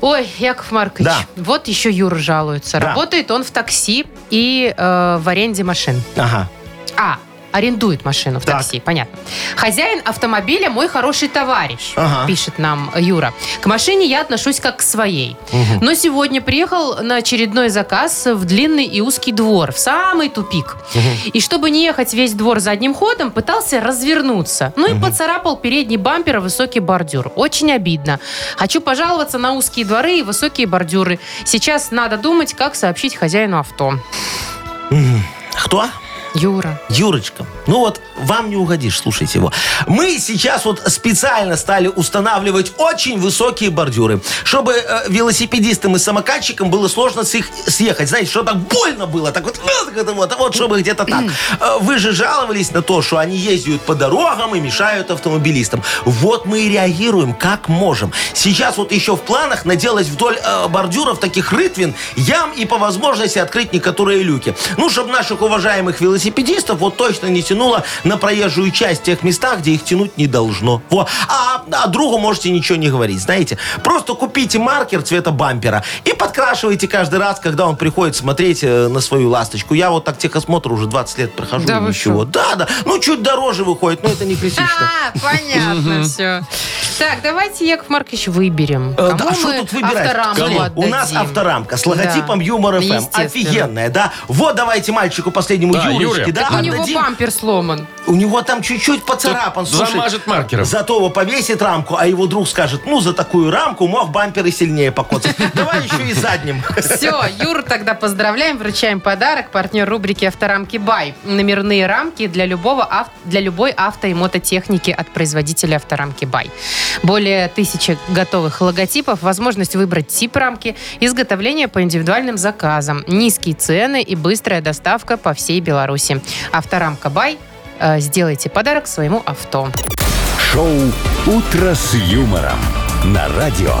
S3: Ой, Яков Маркович,
S4: Да.
S3: вот еще Юра жалуется.
S4: Да.
S3: Работает он в такси и э, в аренде машин.
S4: Ага.
S3: А, арендует машину в
S4: Так.
S3: такси, понятно. Хозяин автомобиля мой хороший товарищ,
S4: Ага.
S3: пишет нам Юра. К машине я отношусь как к своей. Но сегодня приехал на очередной заказ в длинный и узкий двор, в самый тупик. И чтобы не ехать весь двор задним ходом, пытался развернуться. Ну и поцарапал передний бампер и высокий бордюр. Очень обидно. Хочу пожаловаться на узкие дворы и высокие бордюры. Сейчас надо думать, как сообщить хозяину авто.
S4: Кто?
S3: Юра.
S4: Юрочка, ну вот вам не угодишь, слушайте его. Мы сейчас вот специально стали устанавливать очень высокие бордюры, чтобы э, велосипедистам и самокатчикам было сложно с их съехать. Знаете, что так больно было, так вот, (laughs) э, так это вот, а вот чтобы где-то так. Э, Вы же жаловались на то, что они ездят по дорогам и мешают автомобилистам. Вот мы и реагируем как можем. Сейчас вот еще в планах наделать вдоль э, бордюров таких рытвин, ям и по возможности открыть некоторые люки. Ну, чтобы наших уважаемых велосипедистов вот точно не тянуло на проезжую часть в тех местах, где их тянуть не должно. Во. А, а другу можете ничего не говорить, знаете. Просто купите маркер цвета бампера и подкрашивайте каждый раз, когда он приходит смотреть э, на свою ласточку. Я вот так техосмотр уже 20 лет прохожу,
S3: Да
S4: и
S3: вы
S4: ничего. Да, да. Ну, чуть дороже выходит, но
S3: (laughs)
S4: это не критично.
S3: А, понятно все. Так, давайте, Яков Маркович, выберем.
S4: Э,
S3: Кому
S4: да, а что
S3: мы
S4: тут выбирать?
S3: авторамку
S4: Кому? У
S3: отдадим?
S4: нас авторамка с логотипом
S3: Да.
S4: Юмор ФМ.
S3: Естественно.
S4: Офигенная, да? Вот давайте мальчику последнему
S2: Да, Юре.
S4: Юрочке, да,
S3: Так у него
S4: отдадим.
S3: бампер сломан.
S4: У него там чуть-чуть поцарапан,
S2: Тут
S4: слушай.
S2: замажет маркером.
S4: Зато его повесит рамку, а его друг скажет, ну, за такую рамку мог бампер и сильнее
S2: (laughs)
S4: покоцать. Давай еще и задним. (laughs)
S3: Все, Юр, тогда поздравляем, вручаем подарок. Партнер рубрики «Авторамки Бай». Номерные рамки для, любого, ав- для любой авто и мототехники от производителя «Авторамки Бай». Более тысячи готовых логотипов, возможность выбрать тип рамки, изготовление по индивидуальным заказам, низкие цены и быстрая доставка по всей Беларуси. «Авторамка Бай» Э, Сделайте подарок своему авто.
S1: Шоу «Утро с юмором» на радио.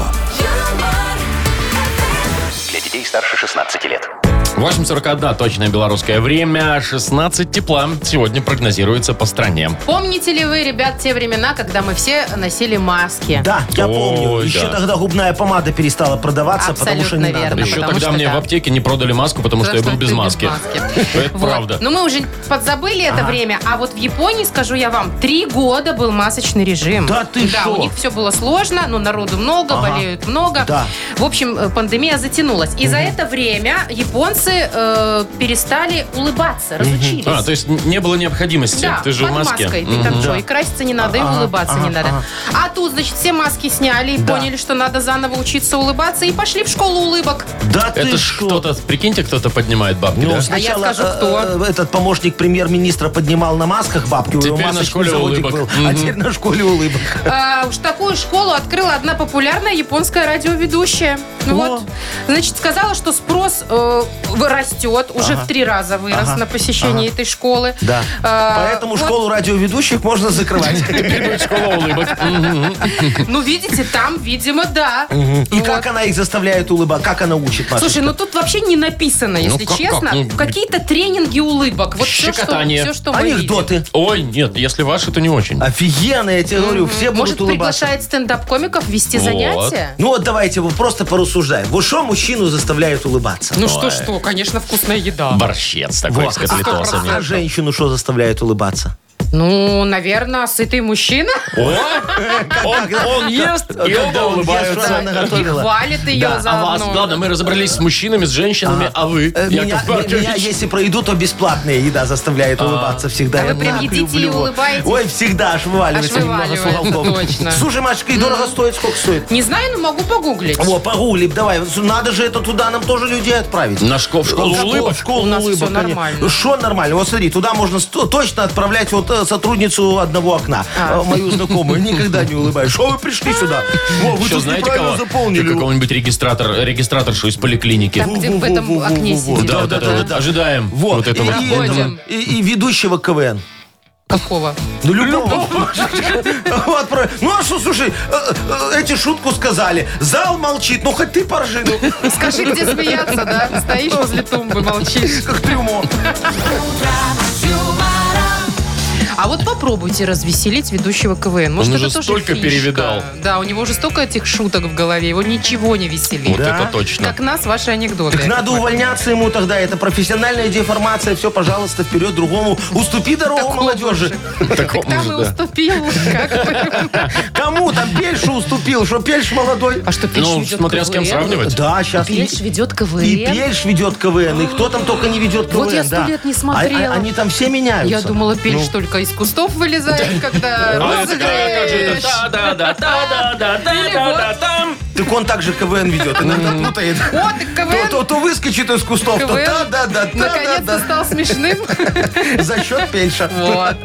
S5: Для детей старше 16 лет.
S2: 8.41 точное белорусское время. 16 тепла сегодня прогнозируется по стране.
S3: Помните ли вы, ребят, те времена, когда мы все носили маски?
S4: Да, я
S2: Ой,
S4: помню.
S2: да.
S4: Еще тогда губная помада перестала продаваться, потому что не
S3: Абсолютно
S4: надо.
S3: верно.
S2: Еще
S3: потому
S2: тогда
S3: что
S2: мне
S3: да.
S2: в аптеке не продали маску, потому что я был
S3: Потому
S2: без
S3: ты
S2: маски. (laughs) Это
S3: Вот. Ну,
S2: правда.
S3: Но мы уже подзабыли это время, а вот в Японии, скажу я вам, три года был масочный режим.
S4: Да ты
S3: Да,
S4: шо?
S3: у них все было сложно, но народу много,
S4: Ага.
S3: болеют много.
S4: Да.
S3: В общем, э, пандемия затянулась. И за это время японцы э, перестали улыбаться, разучились.
S2: А, то есть не было необходимости.
S3: Да,
S2: ты же
S3: под
S2: в маске.
S3: маской. Ты
S2: Мгм.
S3: там что, и краситься не надо, и
S4: Ага,
S3: улыбаться не
S4: ага,
S3: надо.
S4: ага.
S3: А тут, значит, все маски сняли и
S4: Да.
S3: поняли, что надо заново учиться улыбаться, и пошли в школу улыбок.
S4: Да ты
S2: Это ж
S4: что?
S2: кто-то, прикиньте, кто-то поднимает бабки,
S4: Ну,
S2: да?
S4: (laughs) сначала,
S3: А скажу,
S4: э,
S3: кто.
S4: э, Этот помощник премьер-министра поднимал на масках бабки. у него
S2: Теперь на
S4: масочный
S2: школе
S4: заводик
S2: улыбок.
S4: был.
S2: Мгм.
S4: А теперь на школе улыбок.
S3: А, уж такую школу открыла одна популярная японская радиоведущая. Ну
S4: О.
S3: Вот. Значит, сказала, что спрос э, в- растет, уже в три раза вырос на посещении этой школы.
S4: Да.
S3: А,
S4: Поэтому
S3: вот,
S4: школу радиоведущих
S3: (laughs)
S4: можно закрывать.
S2: Школа улыбок. Мгм.
S3: Ну, видите, там, видимо, да.
S4: И как она их заставляет улыбаться? Как она учит Машечка?
S3: Ну Слушай, ну тут вообще не написано, если
S2: как-
S3: честно.
S2: как? Ну,
S3: Какие-то тренинги улыбок. Вот все, что,
S2: Щекотание.
S3: все, что мы видим.
S4: Анекдоты.
S2: Ой, нет, если ваши, то не очень.
S4: Офигенно, я тебе говорю, все
S3: Может,
S4: будут улыбаться.
S3: приглашает стендап-комиков вести
S2: Вот.
S3: занятия?
S4: Ну вот давайте вот просто порассуждаем. Вот что мужчину заставляет улыбаться?
S3: Ну что-что, конечно, вкусная еда.
S2: Борщец такой
S4: Во.
S2: с
S4: а,
S2: котлетосами.
S4: а женщину что заставляет улыбаться?
S3: Ну, наверное, сытый мужчина.
S2: О! Он, он ест, и оба
S4: Когда он ест, что
S2: улыбаются.
S4: она наготовила?
S3: И хвалит ее
S4: Да, а
S2: А
S3: заодно.
S2: вас, ладно, мы разобрались с мужчинами, с женщинами, а вы,
S4: Э, Меня,
S2: Яков
S4: м-
S2: Маркович?
S4: меня, если пройду, то бесплатная еда заставляет улыбаться всегда.
S3: А
S4: Я
S3: вы прям
S4: так
S3: едите и
S4: люблю.
S3: улыбаетесь?
S4: Ой, всегда аж вываливается
S3: Аж
S4: немного с
S3: вываливает,
S4: уголков.
S3: точно.
S4: Слушай, Машечка, и дорого стоит? Сколько стоит?
S3: Не знаю, но могу погуглить.
S4: О, погуглим, давай. Надо же это туда нам тоже людей отправить.
S2: На школ- в школу
S4: В школу-
S2: улыбок?
S4: в школу
S3: У нас
S4: улыбок,
S3: всё
S4: конечно.
S3: нормально.
S4: Ну, Что нормально? Вот смотри, туда можно сто- точно отправлять вот э, сотрудницу одного окна.
S3: А.
S4: Э, Мою знакомую. Никогда не улыбаюсь. Что вы пришли сюда? Во, вы
S2: Еще
S4: тут
S2: знаете
S4: неправильно
S2: кого?
S4: заполнили.
S2: Ты какого-нибудь регистратор, регистраторшу из поликлиники.
S3: Там, где в этом окне сидит.
S2: Да, да, да, да. Ожидаем
S4: Вот,
S2: вот
S4: и,
S2: этого.
S4: и
S3: Проходим.
S4: этого, и- и ведущего КВН.
S3: Какого?
S4: Ну, любого. (laughs) Вот про- Ну, а что, слушай, э, э, эти шутку сказали. Зал молчит, ну, хоть ты поржи, ну, (laughs)
S3: Скажи, где смеяться, да? Стоишь возле тумбы, молчишь.
S4: как трюмо.
S3: А вот попробуйте развеселить ведущего КВН. Может,
S2: Он
S3: это
S2: уже
S3: тоже
S2: столько
S3: фишка.
S2: перевидал.
S3: Да, у него уже столько этих шуток в голове, его ничего не веселит.
S2: Вот это точно.
S3: Как нас ваши анекдоты.
S4: Так надо увольняться ему тогда, это профессиональная деформация, все, пожалуйста, вперед другому. Уступи дорогу молодежи.
S2: Такому
S3: Там
S2: же,
S3: и
S2: да.
S3: уступил, как бы.
S4: Кому там Пельшу уступил, что Пельш молодой?
S3: А что, Пельш
S2: Ну,
S3: ведет
S2: смотря с кем
S3: КВН?
S2: сравнивать.
S4: Да, сейчас...
S3: Пельш ведет КВН?
S4: И Пельш ведет КВН, и кто там только не ведет КВН.
S3: Вот я сто
S4: да.
S3: лет не
S4: А- а-
S3: смотрела.
S4: Они там все меняются.
S3: Я думала, Пельш только из кустов вылезает, когда
S2: Ну. А это как же это?
S3: розыгрыш.
S2: Да, да, да, да, да, да, да,
S3: Или
S2: да,
S3: вот.
S2: да, там.
S4: Так он также КВН ведет, иногда путает.
S3: О, ты
S4: То,
S3: КВН!
S4: то, то выскочит из кустов, то
S3: КВН
S4: да, да, да, да, да,
S3: наконец-то стал
S4: (laughs)
S3: смешным.
S4: да. За счет Пельша.
S3: Вот.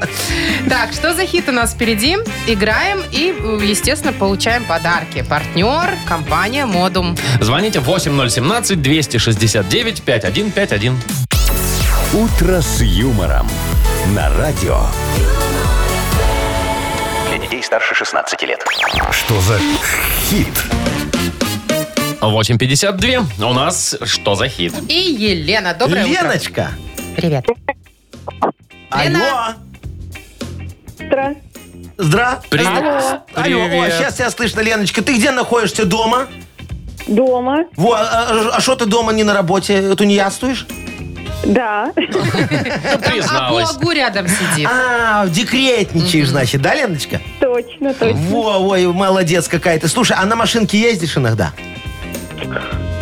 S3: Так, что за хит у нас впереди? Играем и, э, естественно, получаем подарки. Партнер, компания Модум.
S2: Звоните 8017-269-5151.
S1: «Утро с юмором» на радио.
S5: Для детей старше 16 лет.
S1: Что за хит?
S2: 8.52. У нас что за хит?
S3: И Елена. Доброе утро.
S4: Леночка.
S3: Привет. Лена.
S4: Алло.
S7: Утро.
S4: Здра.
S2: Привет.
S4: Алло, о, сейчас тебя слышно, Леночка. Ты где находишься? Дома?
S7: Дома.
S4: Во, а что ты дома не на работе? Тунеядствуешь?
S7: Да. (laughs)
S3: Там Агу
S2: Призналась.
S3: Агу А, рядом сидит.
S4: А, декретничаешь, значит, да, Леночка?
S7: Точно, точно.
S4: Во, ой, молодец какая ты. Слушай, а на машинке ездишь иногда?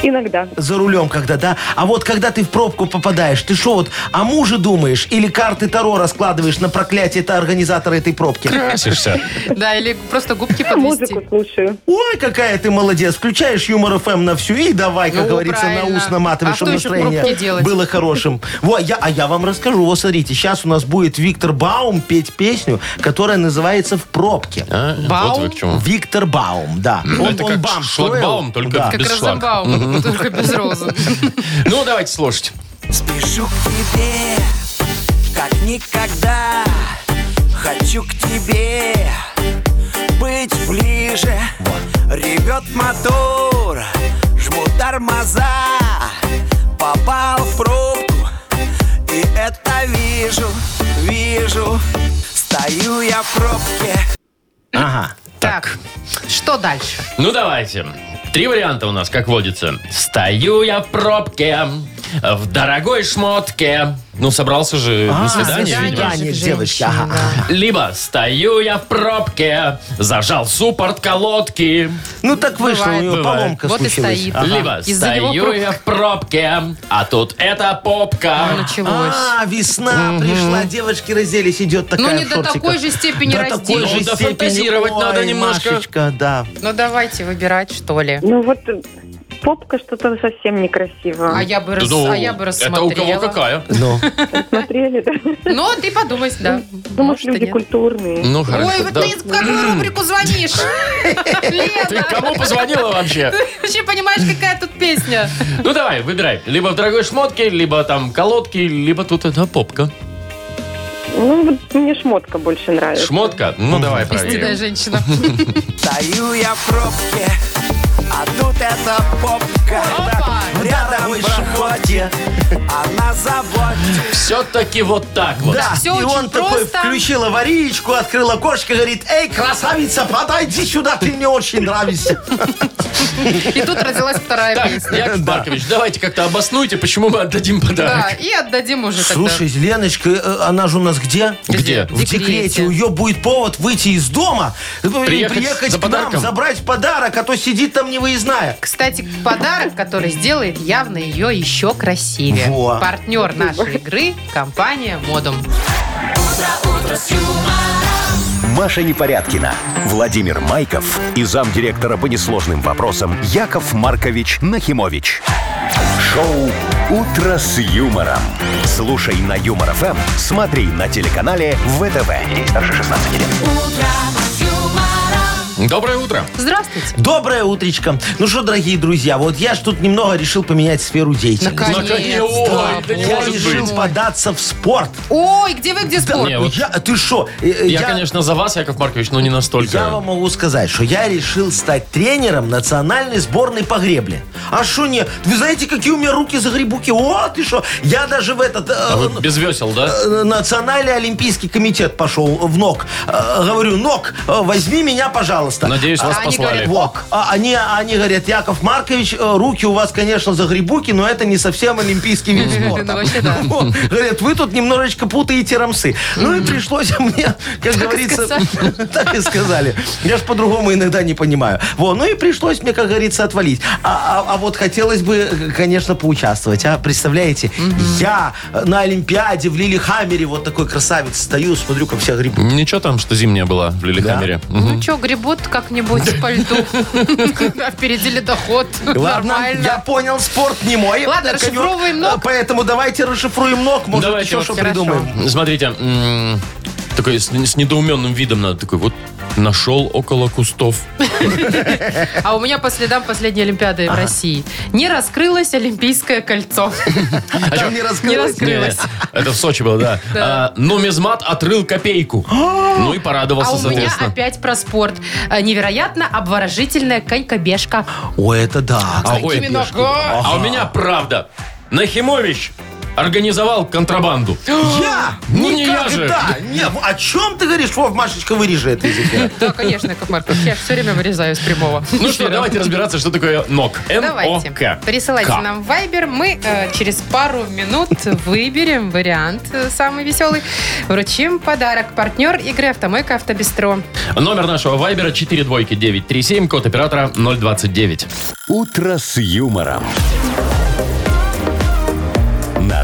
S7: Иногда.
S4: За рулем когда, да? А вот когда ты в пробку попадаешь, ты что вот о муже думаешь? Или карты Таро раскладываешь на проклятие это организатора этой пробки?
S2: Красишься.
S3: Да, или просто губки
S7: Музыку
S3: подвести.
S7: слушаю.
S4: Ой, какая ты молодец. Включаешь юмор ФМ на всю и давай, как
S3: Ну,
S4: говорится,
S3: правильно.
S4: на ус наматываешь,
S3: А что
S4: чтобы
S3: еще в пробке
S4: настроение
S3: делать?
S4: было хорошим. Во, я, а я вам расскажу. Вот смотрите, сейчас у нас будет Виктор Баум петь песню, которая называется «В пробке».
S2: А,
S3: Бау.
S2: Вот вы к чему.
S4: Виктор Баум, да.
S2: Ну, это как
S4: бам
S2: шлагбаум,
S4: строил.
S2: только
S4: Да.
S2: без
S3: Как
S2: шлака.
S3: Розенбаум, только
S2: (laughs)
S3: без розы.
S2: Ну, давайте слушать.
S9: Спешу к тебе, как никогда Хочу к тебе быть ближе Ревет мотор, жму тормоза Попал в пробку и это вижу, вижу Стою я в пробке
S4: Ага.
S3: Так, что дальше?
S2: Ну, давайте. Три варианта у нас, как водится. Стою я в пробке, в дорогой шмотке. Ну, собрался же на
S4: Ну,
S2: свидание,
S3: А, свидание.
S2: видимо.
S4: свидание,
S3: Женщина,
S4: девочка. Ага.
S3: да.
S2: Либо стою я в пробке, зажал суппорт колодки.
S4: Ну так вышло,
S3: Бывает,
S4: у него
S2: бывает.
S4: поломка
S3: Вот и
S4: случилась. А,
S3: стоит.
S4: Ага.
S2: Либо
S3: Из-за него
S2: стою
S3: пробка.
S2: я в пробке, а тут эта попка.
S3: Ну, Началось.
S4: А, весна пришла, девочки разделись, идет такая
S3: Ну, не до
S4: шортика.
S3: такой же степени
S4: До такой
S3: разделись.
S4: же
S2: Ну, да
S4: степени.
S2: фантазировать
S4: Ой,
S2: надо немножко.
S4: Машечка, да.
S3: Ну давайте выбирать, что ли.
S7: Ну вот э, Попка что-то совсем некрасиво.
S3: А я бы, рас...
S2: Ну,
S3: а я бы
S2: это
S3: рассмотрела.
S2: у кого какая?
S4: Ну,
S7: Смотрели, да?
S3: Ну, ты подумай, да.
S7: Думаешь,
S3: Может, и
S7: люди
S3: нет.
S7: культурные.
S2: Ну,
S3: Ой, вот
S2: да.
S3: ты в какую
S2: (laughs)
S3: рубрику звонишь?
S2: Ты
S3: Лена,
S2: кому позвонила вообще?
S3: ты вообще понимаешь, какая тут песня?
S2: Ну давай, выбирай. Либо в дорогой шмотке, либо там колодки, либо тут одна попка.
S7: Ну, вот мне шмотка больше нравится.
S2: Шмотка? Ну давай проверим.
S3: Стыдная женщина.
S2: (laughs)
S9: Стою я в пробке, а тут эта попка. Рядом
S4: дорогой шмоте.
S9: она заботит.
S2: Все-таки вот так вот.
S4: Да,
S3: Всё
S4: и
S3: очень
S4: он такой
S3: просто.
S4: включил аварийку, открыл окошко, говорит, эй, красавица, подойди сюда, ты мне очень нравишься.
S3: И тут родилась вторая
S2: Так,
S3: песня.
S2: Яков Маркович, давайте как-то обоснуйте, почему мы отдадим
S3: Да,
S2: подарок.
S3: и отдадим уже тогда.
S4: Слушай, Леночка, э, она же у нас где?
S2: Где?
S4: В декрете.
S3: декрете.
S4: У нее будет повод выйти из дома, э,
S2: Приехать
S4: приехать
S2: за
S4: к нам,
S2: подарком.
S4: забрать подарок, а то сидит там невыездная.
S3: Кстати, подарок, который сделает явно ее еще красивее.
S4: Во.
S3: Партнер нашей игры – компания «Модум».
S1: Маша Непорядкина, Владимир Майков и замдиректора по несложным вопросам Яков Маркович Нахимович. Шоу «Утро с юмором». Слушай на Юмор ФМ, смотри на телеканале ВТВ. Ей старше 16 лет.
S2: Доброе утро.
S3: Здравствуйте.
S4: Доброе утречко. Ну что, дорогие друзья, вот я ж тут немного решил поменять сферу деятельности.
S2: Наконец-то. Ой, да не
S4: я
S2: может
S4: решил
S2: быть.
S4: податься в спорт.
S3: Ой, где вы, где спорт?
S2: Не, вот
S4: Я, ты э, что?
S2: я, конечно, за вас, Яков Маркович, но не настолько.
S4: Я вам могу сказать, что я решил стать тренером национальной сборной по гребле. А что не? Вы знаете, какие у меня руки загребуки? О, ты что? Я даже в этот... э,
S2: А вы без весел, да?
S4: э, Национальный олимпийский комитет пошел в НОК. Э, Говорю, НОК, э, возьми меня, пожалуйста. А
S2: Надеюсь, вас
S3: они
S2: послали.
S3: говорят,
S4: Вок. А они, они говорят, Яков Маркович, э, руки у вас, конечно, загребуки, но это не совсем олимпийский вид
S3: Ну,
S4: спорта.
S3: вообще, да.
S4: (laughs) Вот. Говорят, вы тут немножечко путаете рамсы. Ну и пришлось (laughs) мне, как говорится, (laughs) так и сказали. Я ж по-другому иногда не понимаю. Вот. Ну и пришлось мне, как говорится, отвалить. А, а- а вот хотелось бы, э, конечно, поучаствовать. А представляете, я э, на Олимпиаде в Лилихаммере вот такой красавец стою, смотрю, как все грибы.
S2: Ничего там, что зимняя была в Лилихаммере.
S3: Ну что, гребут
S2: (laughs)
S3: как-нибудь по льду. (laughs) А Впереди ледоход.
S4: Ладно, я
S3: Нормально.
S4: понял, спорт не мой.
S3: Ладно,
S4: Это конек.
S3: расшифровываем ног.
S4: А, Поэтому давайте расшифруем ног, может
S2: Давайте,
S4: еще
S2: вот
S4: что
S3: хорошо.
S4: придумаем.
S2: Смотрите, м, такой с, с недоуменным видом надо такой вот нашел около кустов.
S3: А у меня по следам последней Олимпиады в России. Не раскрылось Олимпийское
S2: (laughs)
S3: кольцо.
S2: А чё?
S4: Там не
S3: раскрылось.
S4: раскрылось.
S3: Открылось.
S2: Не, Это в Сочи было, да.
S3: Да.
S2: А, Нумизмат отрыл копейку. Ну и
S3: А
S2: порадовался,
S3: у меня
S2: соответственно.
S3: опять про спорт. А, Невероятно обворожительная конькобежка.
S4: О, это да.
S2: А, ой,
S3: Такими
S2: бешки.
S3: ногами.
S2: А у меня правда. Нахимович организовал контрабанду.
S4: Я?
S2: Ну, не я же.
S4: Никогда. Не, о чем ты говоришь? Вов, Машечка, вырежи это из эфира.
S3: Да, конечно, Яков Маркович, я все время вырезаю с прямого.
S2: Ну что, давайте разбираться, что такое НОК.
S3: Давайте.
S2: Н-О-К.
S3: Присылайте
S2: К.
S3: нам Вайбер. Мы э, через пару минут выберем вариант э, самый веселый. Вручим подарок. Партнер игры «Автомойка Автобестро».
S2: Номер нашего вайбера 4 двойки 937, код оператора 029.
S1: «Утро с юмором». На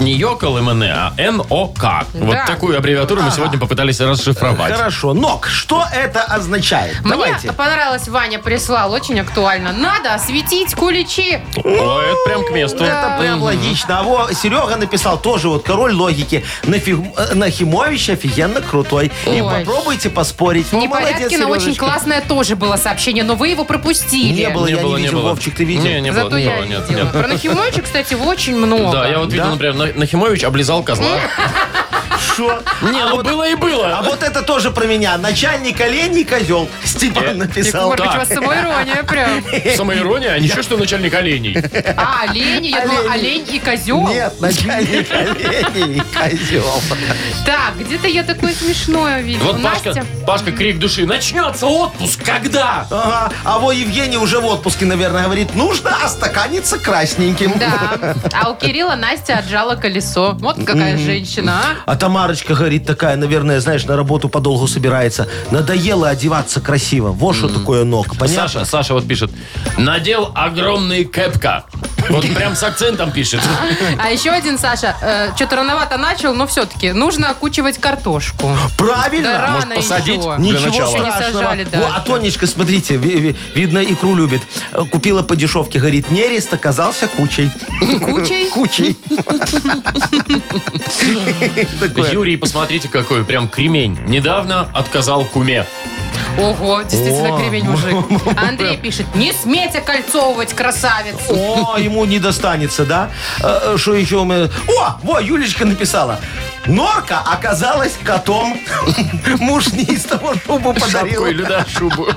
S2: Не ЙОКОЛ МН, а НОК. Вот
S3: Да.
S2: такую аббревиатуру мы сегодня попытались расшифровать.
S4: Хорошо. Ног, что это означает? Давайте.
S3: Мне понравилось, Ваня прислал, очень актуально. Надо осветить куличи.
S2: О, это прям к месту.
S4: Ну, Это прям логично. А во Серега написал тоже вот король логики. Нафиг- э, Нахимович офигенно крутой.
S3: Ой.
S4: И попробуйте поспорить. Во, молодец,
S3: Непорядкина очень
S4: Сережечка.
S3: классное тоже было сообщение, но вы его пропустили.
S4: Не было, я не видел. Вовчик, ты видел?
S2: Не, не
S3: Зато
S2: было, не
S3: я
S2: было, нет,
S3: видела.
S2: нет.
S3: Про Нахимовича, кстати, очень много.
S2: Да, я вот видел,
S4: Да?
S2: например, На- Нахимович облизал козла.
S4: Шо?
S2: Не, ну было и
S4: А
S2: было.
S4: вот это тоже про меня. Начальник оленей козел. Степан
S3: Яков
S4: написал.
S3: Маркович, у вас самоирония
S2: (laughs)
S3: прям.
S2: Самоирония, а ничего, что начальник оленей.
S3: А, олени, я думала, олень и козел.
S4: Нет, начальник оленей козел.
S3: Так, где-то я такое смешное видела.
S2: Вот Пашка,
S3: Настя?
S2: Пашка крик души. Начнется отпуск, когда?
S4: Ага. А во Евгений уже в отпуске, наверное, говорит, нужно остаканиться красненьким.
S3: Да. А у Кирилла Настя отжала колесо. Вот какая женщина, а.
S4: А Тамарочка говорит такая, наверное, знаешь, на работу подолгу собирается. Надоело одеваться красиво. Вот что такое ног. Понятно?
S2: Саша, Саша вот пишет. Надел огромный кепка.
S4: (laughs)
S2: Вот прям с акцентом пишет.
S3: А еще один, Саша, что-то рановато начал, но все-таки нужно окучивать картошку. Да
S4: Правильно.
S3: рано
S2: посадить? Для
S3: еще.
S4: Ничего
S2: начала.
S4: страшного.
S3: Еще не сажали, да.
S4: Во, а Тонечка, смотрите, ви- ви- видно, икру любит. Э, Купила по дешевке, говорит, нерест оказался кучей.
S3: Кучей?
S4: (laughs) Кучей. Такое.
S2: Юрий, посмотрите, какой прям кремень. Недавно отказал куме.
S3: Ого, действительно кремень
S4: (laughs)
S3: мужик. Андрей пишет, не смейте кольцовывать, красавицу.
S4: О, ему не достанется, да? Э, э, Что еще у меня? О, во, Юлечка написала. Норка оказалась котом. (laughs) Муж не из того, чтобы подарил.
S2: Шапку или да, шубу.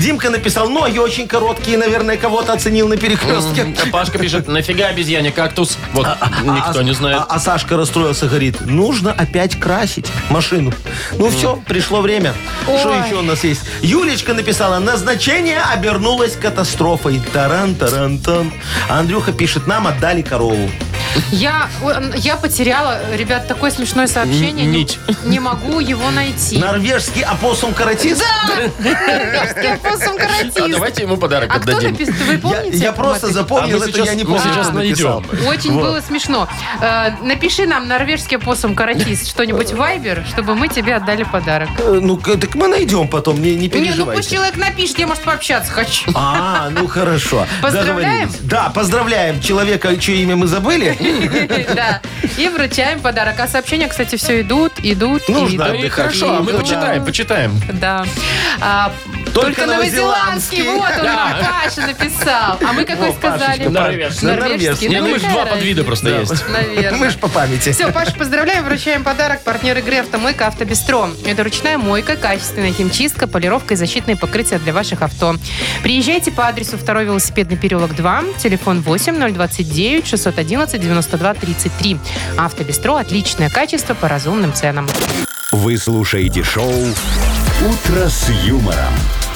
S4: Димка написал, ноги очень короткие, наверное, кого-то оценил на перекрестке.
S2: А Пашка пишет, нафига обезьяне кактус? Вот, никто
S4: А-
S2: не знает.
S4: А, а Сашка расстроился, говорит, нужно опять красить машину. Ну все, пришло время. Что еще у нас есть? Юлечка написала, назначение обернулось катастрофой. Таран-таран-тан. А Андрюха пишет, нам отдали корову.
S3: Я, он- я потеряла, ребят, такое смешное сообщение. Не,
S2: Нить.
S3: не могу его найти.
S4: Норвежский опоссум каратист?
S3: Норвежский опоссум каратист.
S2: А давайте ему подарок
S3: А кто
S2: отдадим.
S3: написал? Вы
S4: Я,
S3: помните?
S4: я
S3: Яков
S4: просто
S3: Маркович?
S4: запомнил,
S2: А мы
S4: это
S2: сейчас-
S4: я не
S2: мы
S4: помню.
S2: сейчас
S4: кто написал.
S2: найдем.
S3: Очень было смешно. Э, напиши нам норвежский опоссум каратист что-нибудь в Вайбер, чтобы мы тебе отдали подарок.
S4: Э, Ну, к- так мы найдем потом, не, не
S3: Не, ну
S4: переживайте.
S3: пусть человек напишет, я, может, пообщаться хочу. (laughs)
S4: А, ну хорошо.
S3: Поздравляем?
S4: Договорились. Да, поздравляем человека, чье имя мы забыли.
S3: Да. И вручаем подарок. А сообщения, кстати, все идут, идут, и
S4: Нужно
S3: идут.
S2: И хорошо, а мы
S4: Ну Да.
S2: почитаем, почитаем.
S3: Да. А,
S4: Только
S3: только новозеландский.
S4: новозеландский.
S3: Вот он, нам Паша написал. А мы какой сказали?
S2: Норвежский.
S3: Норвежский.
S2: Не, ну их
S3: какая
S2: два подвида
S3: разница?
S2: просто есть.
S3: Наверное.
S4: Мы ж по памяти.
S3: Все, Паша, поздравляем, вручаем подарок. Партнер игры «Автомойка Автобестро». Это ручная мойка, качественная химчистка, полировка и защитные покрытия для ваших авто. Приезжайте по адресу 2 велосипедный переулок 2, телефон 8 029 611 92 33. «Автобестро» – отличное качество по разумным ценам.
S1: Вы слушаете шоу «Утро с юмором»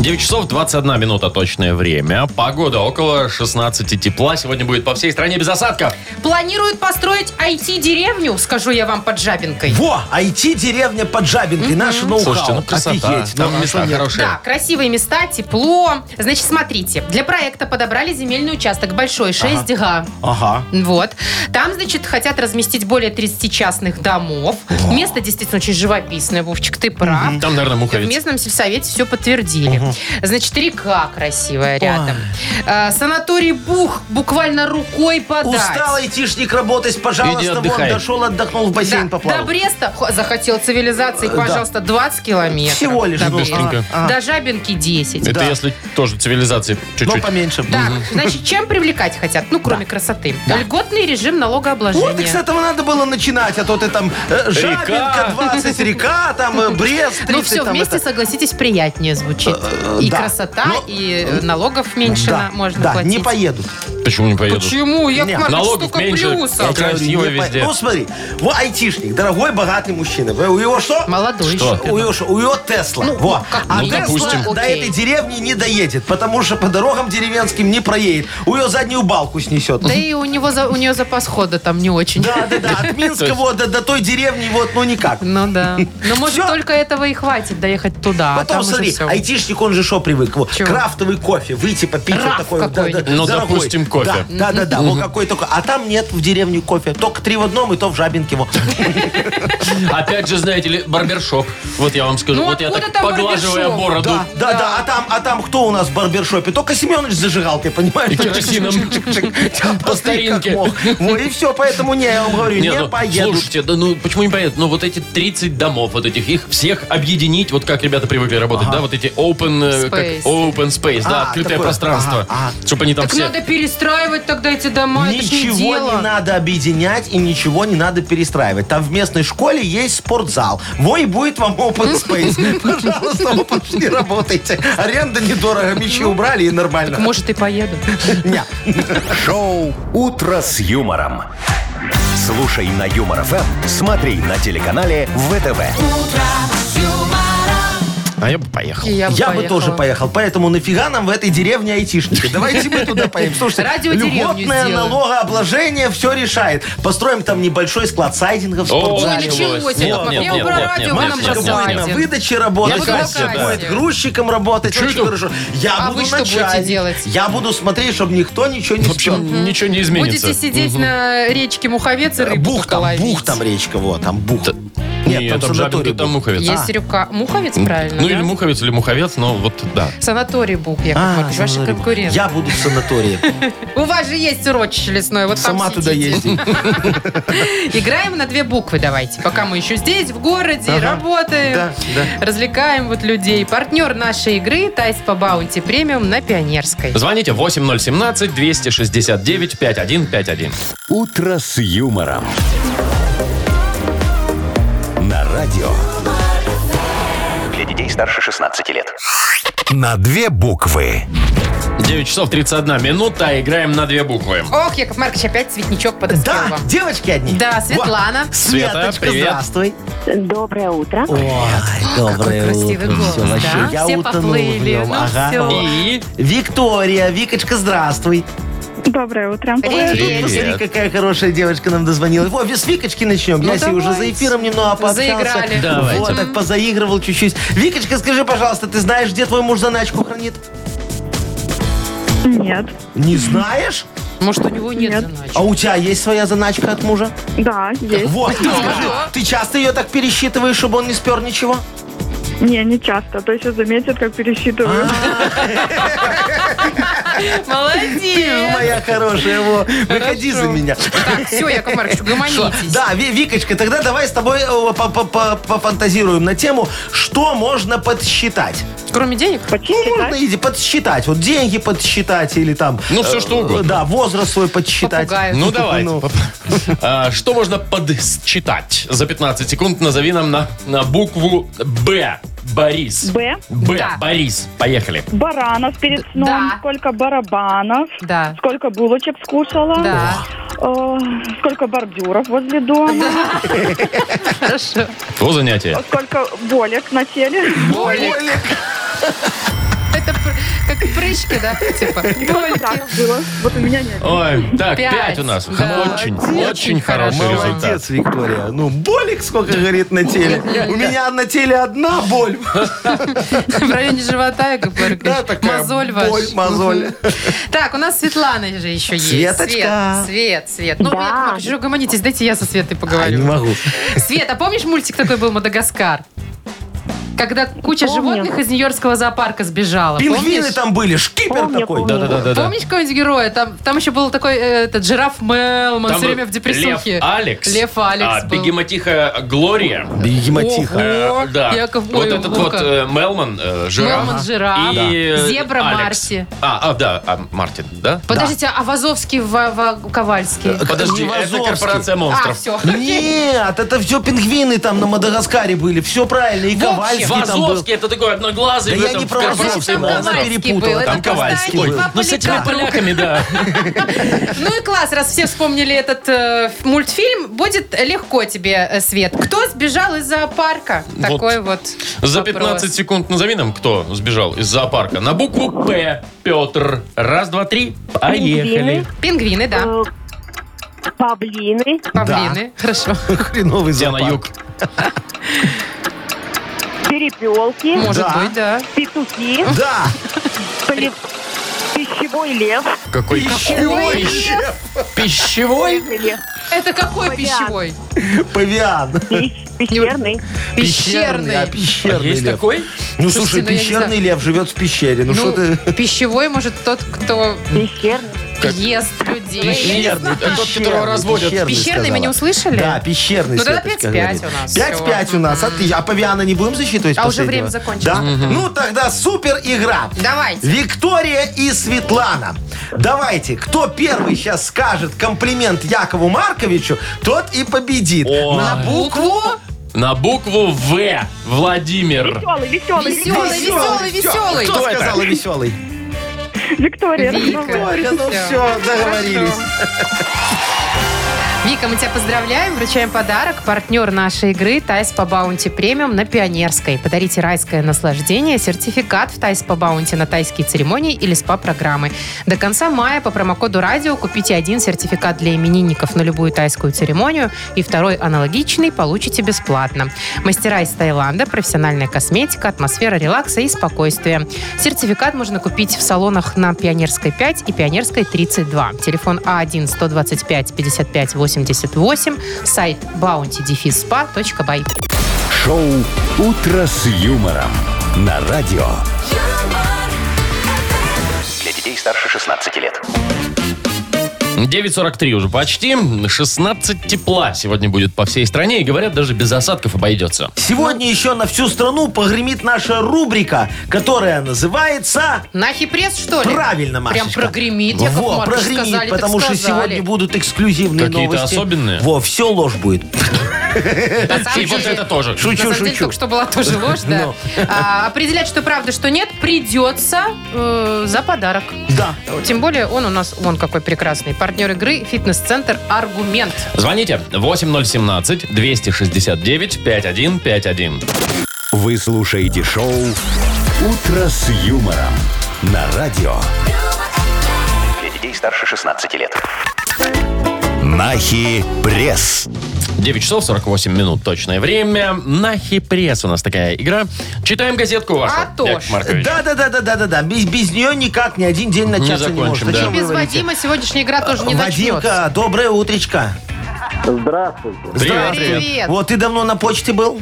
S2: 9 часов 21 минута точное время. Погода около 16 тепла. Сегодня будет по всей стране без осадков.
S3: Планируют построить IT-деревню, скажу я вам под Жабинкой.
S4: Во, IT-деревня под Жабинкой, наше ноу-хау.
S2: Слушайте, ну красота.
S4: Офигеть.
S2: Там
S4: Ну, а
S2: места
S4: что нет?
S2: хорошие.
S3: Да, красивые места, тепло. Значит, смотрите, для проекта подобрали земельный участок большой, 6 га.
S4: Ага.
S3: Вот. Там, значит, хотят разместить более 30 частных домов. Место действительно очень живописное, Вовчик, ты прав.
S2: Там, наверное,
S3: В
S2: муховица.
S3: местном сельсовете все подтвердили. Значит, река красивая рядом. А, санаторий Бух буквально рукой подать.
S4: Устал айтишник работать,
S2: Иди
S4: пожалуйста, вон
S2: отдыхай.
S4: дошел, отдохнул, в
S3: Да,
S4: бассейн
S3: до
S4: поплавал.
S3: Бреста хо- захотел цивилизации, пожалуйста, 20 километров.
S4: Всего лишь,
S3: до
S4: ну,
S3: Бреста.
S2: быстренько.
S4: Э, а.
S3: До Жабинки 10.
S2: Это
S4: Да. Ну,
S2: если тоже цивилизации
S4: Но
S2: чуть-чуть.
S4: поменьше.
S3: Так, значит, чем привлекать хотят? Ну, кроме красоты. Льготный режим налогообложения.
S4: Вот, так с этого надо было начинать, а то ты там э, Жабинка 20, река, там э, Брест 30.
S3: Ну все
S4: там
S3: вместе,
S4: это.
S3: согласитесь, приятнее звучит.
S4: Э, э,
S3: И
S4: да.
S3: красота,
S4: Но-
S3: и э, налогов меньше
S4: Да,
S3: на- можно
S4: да,
S3: платить.
S4: не поедут.
S2: Почему не поедут?
S3: Почему? Я
S4: Не,
S2: налогов меньше.
S4: Я
S2: Ну,
S4: тебе говорю,
S2: красиво
S4: не по-
S2: везде.
S4: Ну смотри, вот айтишник, дорогой, богатый мужчина. У его что?
S3: Молодой
S2: Что?
S3: еще.
S4: У него, что? У него Тесла. Во.
S3: как
S4: а
S3: ну,
S4: Тесла
S2: допустим.
S4: до
S3: Окей.
S4: этой деревни не доедет, потому что по дорогам деревенским не проедет. У ее заднюю балку снесет.
S3: Да и у него за- у нее запас хода там не очень.
S4: Да,
S2: (laughs)
S4: да, да. От Минска вот до, до той деревни вот, ну никак.
S3: Ну да. Но может
S4: Всё.
S3: только этого и хватит доехать туда. а
S4: Потом,
S3: там уже
S4: смотри,
S3: всё.
S4: айтишник, он же что привык? Вот,
S3: Чего?
S4: Крафтовый кофе, выйти попить
S3: Раф
S4: вот такой. вот,
S3: какой-нибудь.
S2: Ну, допустим, кофе.
S4: Да, да, да, да, вот какой такой. А там нет в деревне кофе. Только три в одном, и то в
S3: (laughs)
S4: Жабинке. вот.
S2: Опять же, знаете ли, барбершоп. Вот я вам скажу.
S3: Ну,
S2: вот я
S3: откуда
S2: так
S3: там
S2: поглаживая
S3: барбершоп?
S2: бороду.
S4: Да, да, да. А там, а там кто у нас в барбершопе? Только Семенович с зажигалкой, понимаешь?
S2: И керосином.
S4: Чик-чик-чик.
S2: По старинке.
S4: Как мог. Вот, и все, поэтому не, я вам говорю,
S2: Не,
S4: не
S2: ну,
S4: поеду.
S2: Слушайте, да ну почему не поедут? Ну вот эти 30 домов, вот этих, их всех объединить, вот как ребята привыкли работать, да, вот эти open, э, как
S3: Space.
S2: open space, да,
S4: А,
S2: открытое
S4: такое.
S2: пространство.
S4: Ага,
S2: Чтобы они там
S3: Так
S2: все...
S3: надо перестраивать тогда эти дома. ну это ж не
S4: Ничего
S3: дело.
S4: не надо объединять и ничего не надо перестраивать. Там в местной школе есть спортзал. Вой будет вам open
S3: (laughs)
S4: space. Пожалуйста, вы пошли работайте. Аренда недорого, мечи
S3: Ну,
S4: убрали и нормально.
S3: Может, и
S4: (laughs)
S3: поеду.
S4: Не.
S1: Шоу «Утро с юмором». Слушай на Юмор ФМ, смотри на телеканале ВТВ.
S2: А я бы поехал.
S3: И я бы,
S4: Я бы
S3: поехала.
S4: тоже поехал. Поэтому нафига нам в этой деревне айтишники? Давайте мы туда поедем. Слушайте,
S3: Радиодеревню
S4: льготное
S3: сделаем.
S4: налогообложение все решает. Построим там небольшой склад сайдингов,
S2: О,
S3: Ой,
S4: спортзале.
S3: началось.
S2: Нет,
S3: Яков
S2: нет,
S3: Маркович. Я
S2: нет,
S3: про
S2: нет,
S3: радио,
S2: нет,
S3: вы
S2: нет,
S3: нам
S2: нет,
S3: про
S2: нет,
S4: Машечка будет на
S3: сайдинг.
S4: выдаче работать,
S3: Я буду
S4: Машечка
S3: на кассе.
S4: будет грузчиком работать.
S2: Чё
S4: Очень
S2: это?
S4: хорошо. Я
S3: А
S4: буду
S3: вы что будете
S4: начальник.
S3: делать?
S4: Я буду смотреть, чтобы никто ничего не
S2: В общем,
S4: спер.
S2: ничего не изменится.
S3: Будете сидеть на речке Муховец и рыбу
S4: а Бух
S3: только
S4: там,
S3: ловить.
S4: бух там речка, вот, там бух.
S2: Т- Нет, там Жабин,
S4: санаторий
S2: ты там
S4: бух.
S2: муховец.
S3: Есть рюка. Муховец, правильно,
S2: Ну
S3: да?
S2: или муховец, или муховец, но вот да.
S3: Санаторий Бух, Яков
S4: А,
S3: Маркович, ваши
S4: санаторий.
S3: конкуренты.
S4: Я буду в санатории.
S3: У вас же есть урочище лесное, вот там
S4: Сама туда
S3: сидите.
S4: ездить.
S3: Играем на две буквы давайте. Пока мы еще здесь, в городе,
S4: Ага.
S3: работаем,
S4: Да,
S3: развлекаем вот людей. Партнер нашей игры Тайс по Баунти Премиум на Пионерской.
S2: Звоните 8017-269-5151.
S1: «Утро с юмором». На радио.
S5: Для детей старше 16 лет.
S1: На две буквы.
S2: 9 часов 31 минута, играем на две буквы.
S3: Ох, Яков Маркович, опять цветничок подоспел
S4: (laughs) Да,
S3: вам.
S4: девочки одни.
S3: Да, Светлана.
S4: Вот.
S2: Света,
S4: Светочка,
S2: привет.
S4: здравствуй.
S7: Доброе утро.
S4: Ой, доброе
S3: какой красивый
S4: утро.
S3: голос,
S4: Всё,
S3: да?
S4: вообще, я
S3: Все
S4: утонул в
S3: поплыли,
S4: нём.
S3: ну
S4: Ага.
S3: всё.
S2: И
S4: Виктория, Викочка, здравствуй.
S8: Доброе утро.
S4: Ой, а
S3: Привет.
S4: тут посмотри, какая хорошая девочка нам дозвонила. Во, с Викочки начнем.
S3: Ну,
S4: я себе уже за
S3: давайте.
S4: эфиром немного пообщался.
S3: Заиграли.
S2: Давайте.
S4: Вот, так позаигрывал чуть-чуть. Викочка, скажи, пожалуйста, ты знаешь, где твой муж заначку хранит?
S8: Нет.
S4: Не знаешь?
S3: Может, у него нет,
S8: Нет.
S3: заначек?
S4: А у тебя есть своя заначка от мужа?
S8: Да, есть.
S4: Вот, скажи, ты часто ее так пересчитываешь, чтобы он не спер ничего?
S8: Не, не часто. То еще заметят, как пересчитываю.
S4: Ты (laughs)
S3: Молодец!
S4: моя хорошая, во, выходи за
S3: Хорошо.
S4: меня.
S3: Так, все, Яков Маркович,
S4: Шо?
S3: угомонитесь.
S4: Да, Ви- Викочка, тогда давай с тобой э, по- по- по- пофантазируем на тему, что можно подсчитать.
S3: Кроме денег?
S4: Ну,
S8: Подсчитать?
S4: можно иди подсчитать. Вот деньги подсчитать или там...
S2: Ну, всё, что
S4: э,
S2: угодно.
S4: Да, возраст свой подсчитать.
S3: Попугай.
S2: ну давайте.
S4: Ну.
S2: (laughs) А, Что можно подсчитать? За 15 секунд назови нам на, на букву Б. Борис.
S8: Б.
S2: Б.
S3: Да.
S2: Борис. Поехали.
S8: Баранов перед сном.
S3: Да.
S8: Сколько барабанов.
S3: Да.
S8: Сколько булочек скушала.
S3: Да.
S8: Э, сколько бордюров возле дома.
S3: Хорошо.
S2: По занятие.
S8: Сколько болек на теле.
S3: Болик. Это пр- как прыщки, да?
S7: (laughs)
S3: Типа.
S8: Вот
S3: Болики.
S8: так было. Вот у меня нет.
S2: Ой, так,
S3: Пять.
S2: 5 у нас.
S3: Да.
S2: Очень,
S3: Молодец.
S2: очень хороший
S3: Хорошо.
S2: результат.
S4: А, Молодец, Виктория. Ну, болик сколько горит на теле. У меня на теле одна боль.
S3: (laughs) В районе живота, Яков Маркович.
S4: Да, такая
S3: Мозоль ваш.
S4: боль, мозоль.
S3: Так, у нас Светлана же еще есть.
S4: Светочка.
S3: Свет, Свет, Свет. Ну,
S7: Да.
S3: Яков Маркович, уже угомонитесь, дайте я со Светой поговорю.
S4: могу.
S3: Свет, а помнишь мультик такой был «Мадагаскар»? Когда куча
S7: Помню.
S3: животных из Нью-Йоркского зоопарка сбежала.
S4: Пингвины
S3: А Помнишь?
S4: там были, шкипер
S8: Помню,
S4: такой.
S8: помню.
S2: Да-да-да-да.
S3: Помнишь какого-нибудь героя? Там, там еще был такой э, этот жираф Мелман,
S2: Там
S3: все время в депрессухе.
S2: Лев
S4: А,
S2: Алекс.
S3: Лев Алекс
S2: А,
S3: был.
S2: Бегемотиха Глория.
S4: Бегемотиха.
S2: Э,
S3: Ого,
S2: да.
S3: Яков
S2: вот
S3: Ой,
S2: этот
S3: Вовка.
S2: вот э, Мелман, э, жираф.
S3: Мелман, жираф.
S2: И,
S3: Да.
S2: э,
S3: Зебра
S2: Алекс.
S3: Марти.
S2: А, а, да, а, Мартин, да? Э,
S3: Подождите, а Вазовский, Ва- Ва- Ковальский?
S2: Подожди, это
S4: Невазовский.
S2: корпорация
S3: А,
S2: монстров.
S3: все.
S4: Нет, это все пингвины там на Мадагаскаре были. Все правильно. И Ковальский там был.
S2: Вазовский, это такой одноглазый.
S4: Да
S2: в
S4: я
S2: этом,
S4: не
S2: в
S4: про
S2: корпорации
S4: Вазовского,
S3: Там
S2: монстров.
S4: она
S3: Ковальский был,
S4: перепутала.
S3: это
S4: Там
S3: просто
S4: Ковальский
S3: они
S4: был.
S3: два
S2: Ну, с этими
S3: поликарпа.
S2: поляками, да.
S3: Ну и класс, раз все вспомнили этот э, мультфильм, будет легко тебе, э, Свет. Кто сбежал из зоопарка?
S2: Вот.
S3: Такой вот
S2: (laughs) За
S3: вопрос.
S2: 15 секунд назови нам, кто сбежал из зоопарка. На букву П. Петр. Раз, два, три. Поехали.
S7: Пингвины.
S3: Пингвины, да.
S7: Э, Павлины.
S3: Павлины. Хорошо.
S4: Хреновый
S2: Я на
S4: зоопарк.
S2: юг.
S7: Перепелки.
S3: Может
S4: Да.
S3: быть, да.
S7: Петухи.
S4: Да.
S7: поле- Пищевой лев.
S2: Какой пищевой? Пищевой?
S7: Лев.
S3: Это какой
S7: Павиан.
S3: пищевой?
S4: Павиан.
S7: Пищ- Пещерный.
S4: а
S3: Пещерный.
S2: А
S4: пещерный
S2: Есть
S4: лев.
S2: такой?
S4: Ну,
S3: Слушайте,
S4: слушай,
S3: ну, я не
S4: пещерный
S3: знаю.
S4: лев живет в пещере. Ну, что ты...
S3: пищевой, может, тот, кто
S7: Пещерный.
S3: ест людей. Я не
S2: Пещерный.
S3: знаю. Ну,
S2: А тот, которого разводят.
S4: пещерный
S3: Пещерный мы не
S4: сказала.
S3: услышали?
S4: Да, пещерный.
S3: Ну, тогда
S4: Светочка
S3: 5-5
S4: говорит.
S3: у нас.
S4: 5-5
S3: Всё.
S4: у нас. Отлично. А павиана не будем засчитывать
S3: А уже
S4: последнего?
S3: время закончилось.
S4: Да? Ну, тогда супер игра.
S3: Давайте.
S4: Виктория и Светлана. Давайте, кто первый сейчас скажет комплимент Якову Марковичу, тот и победит.
S2: О.
S4: На букву...
S2: На букву В. Владимир.
S8: Веселый, веселый.
S3: Веселый, веселый,
S4: Всё,
S3: веселый.
S4: Кто сказал веселый?
S8: Виктория.
S3: Вика.
S8: Рыжкова.
S4: Виктория, ну
S3: Всё.
S4: все, договорились.
S3: Вика, мы тебя поздравляем, вручаем подарок. Партнер нашей игры «Тайс по баунти премиум» на Пионерской. Подарите райское наслаждение, сертификат в «Тайс по баунти» на тайские церемонии или СПА-программы. До конца мая по промокоду «Радио» купите один сертификат для именинников на любую тайскую церемонию и второй аналогичный получите бесплатно. Мастера из Таиланда, профессиональная косметика, атмосфера релакса и спокойствия. Сертификат можно купить в салонах на Пионерской 5 и Пионерской 32. Телефон А А1-125-55-88, сайт bountydefisspa.by.
S1: Шоу «Утро с юмором» на радио.
S10: юмор,
S5: Для детей старше 16 лет.
S2: 9.43 уже почти. 16 тепла сегодня будет по всей стране. И говорят, даже без осадков обойдется.
S3: Ну.
S4: Сегодня еще на всю страну погремит наша рубрика, которая называется...
S3: Нахи пресс, что ли?
S4: Правильно,
S3: Прям
S4: Машечка.
S3: прогремит, Яков
S4: Во,
S3: Маркович,
S4: прогремит,
S3: сказали, так
S4: потому что
S3: сказали.
S4: сегодня будут эксклюзивные
S2: Какие-то
S4: новости.
S2: особенные?
S4: Во, все ложь будет.
S3: На самом
S2: И вот
S3: деле-
S2: это тоже.
S3: На
S4: Шучу,
S3: самом деле,
S4: шучу.
S3: только что была тоже
S4: (laughs)
S3: ложь, да.
S4: Ну.
S3: А, Определять, что правда, что нет, придется э, за подарок.
S4: Да.
S3: Тем более он у нас, вон какой прекрасный. Партнер игры «Фитнес-центр Аргумент».
S2: Звоните 8017-269-5151.
S1: Вы слушаете шоу «Утро с юмором» на радио.
S5: Для детей старше 16 лет.
S1: Нахи пресс.
S2: 9 часов 48 минут точное время. Нахи пресс у нас такая игра. Читаем газетку вашу,
S3: А то
S2: Яков
S3: ж.
S2: Маркович.
S4: Да, да, да, да, да, да, да. Без, без нее никак ни один день начаться не,
S2: Ну, закончим,
S4: может.
S2: да.
S4: Зачем
S3: Без
S4: вы говорите?
S3: Вадима сегодняшняя игра тоже не начнется.
S4: Вадимка, доброе утречко.
S6: Здравствуйте.
S2: Привет, привет.
S3: Привет.
S4: Вот ты давно на почте был?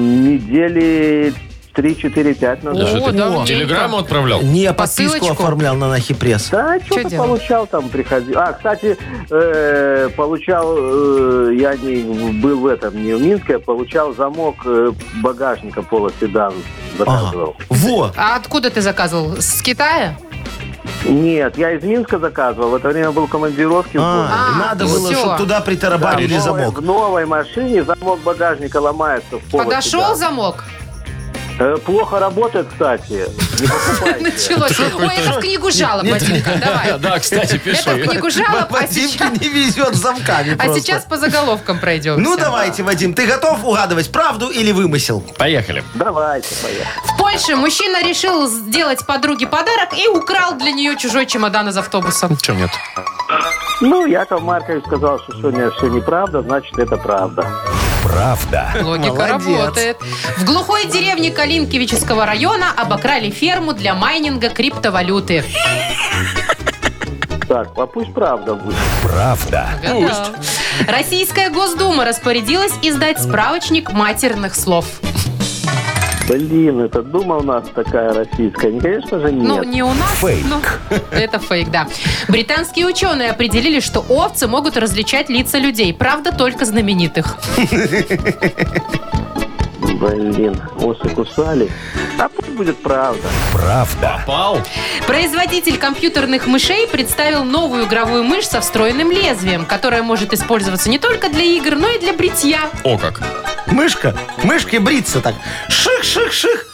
S9: Недели 3-4-5
S2: Да
S9: назад.
S2: что
S3: О,
S2: ты,
S3: давненько.
S2: Телеграмму отправлял.
S4: Не, подписку
S3: Посылочку?
S4: оформлял на Нахи Пресс.
S9: Да,
S3: Чё
S9: что-то
S3: делал?
S9: получал там, приходил. А, кстати, э, получал, э, я не был в этом, не в Минске, а получал замок э, багажника Пола Седан. заказывал.
S4: Во,
S3: А откуда ты заказывал? С Китая?
S9: Нет, я из Минска заказывал, в это время был в командировке. в городе.
S4: А,
S3: А,
S4: надо
S3: ну
S4: было,
S3: всё.
S4: чтобы туда
S9: Да, в
S4: притарабарили
S9: новой-
S4: замок.
S9: В новой машине замок багажника ломается. в Polo
S3: Подошел
S4: (laughs)
S9: Sedan.
S3: замок?
S9: Э, Плохо работает, кстати. Не покупайте.
S3: Началось. Ой, это в книгу жалоб, Вадимка, давай.
S2: Да, кстати,
S3: Это в
S2: пиши.
S3: книгу жалоб, а
S4: Вадимке
S3: сейчас...
S4: не везет с замками
S3: А
S4: просто.
S3: сейчас по заголовкам пройдемся.
S4: Ну давайте, Вадим, ты готов угадывать правду или вымысел?
S2: Поехали.
S9: Давайте, поехали.
S3: В Польше мужчина решил сделать подруге подарок и украл для нее чужой чемодан из автобуса.
S2: Че нет?
S9: Ну, Яков Маркович сказал, что сегодня все неправда, значит, это правда.
S1: Правда.
S3: Логика
S4: Молодец.
S3: работает. В глухой деревне Калинкевического района обокрали ферму для майнинга криптовалюты.
S9: Так, а пусть правда будет.
S1: Правда.
S3: Гадал. Российская Госдума распорядилась издать справочник матерных слов.
S9: Блин, это дума у нас такая российская. Ну, Конечно же, нет.
S3: Ну, не у нас,
S1: Фейк.
S3: но (laughs) это фейк, да. Британские ученые определили, что овцы могут различать лица людей. Правда, только знаменитых.
S9: Блин, осы кусали. А пусть будет правда.
S1: Правда.
S2: Пал.
S3: Производитель компьютерных мышей представил новую игровую мышь со встроенным лезвием, которая может использоваться не только для игр, но и для бритья.
S2: О как.
S4: Мышка, мышкой бриться так. Ших-ших-ших.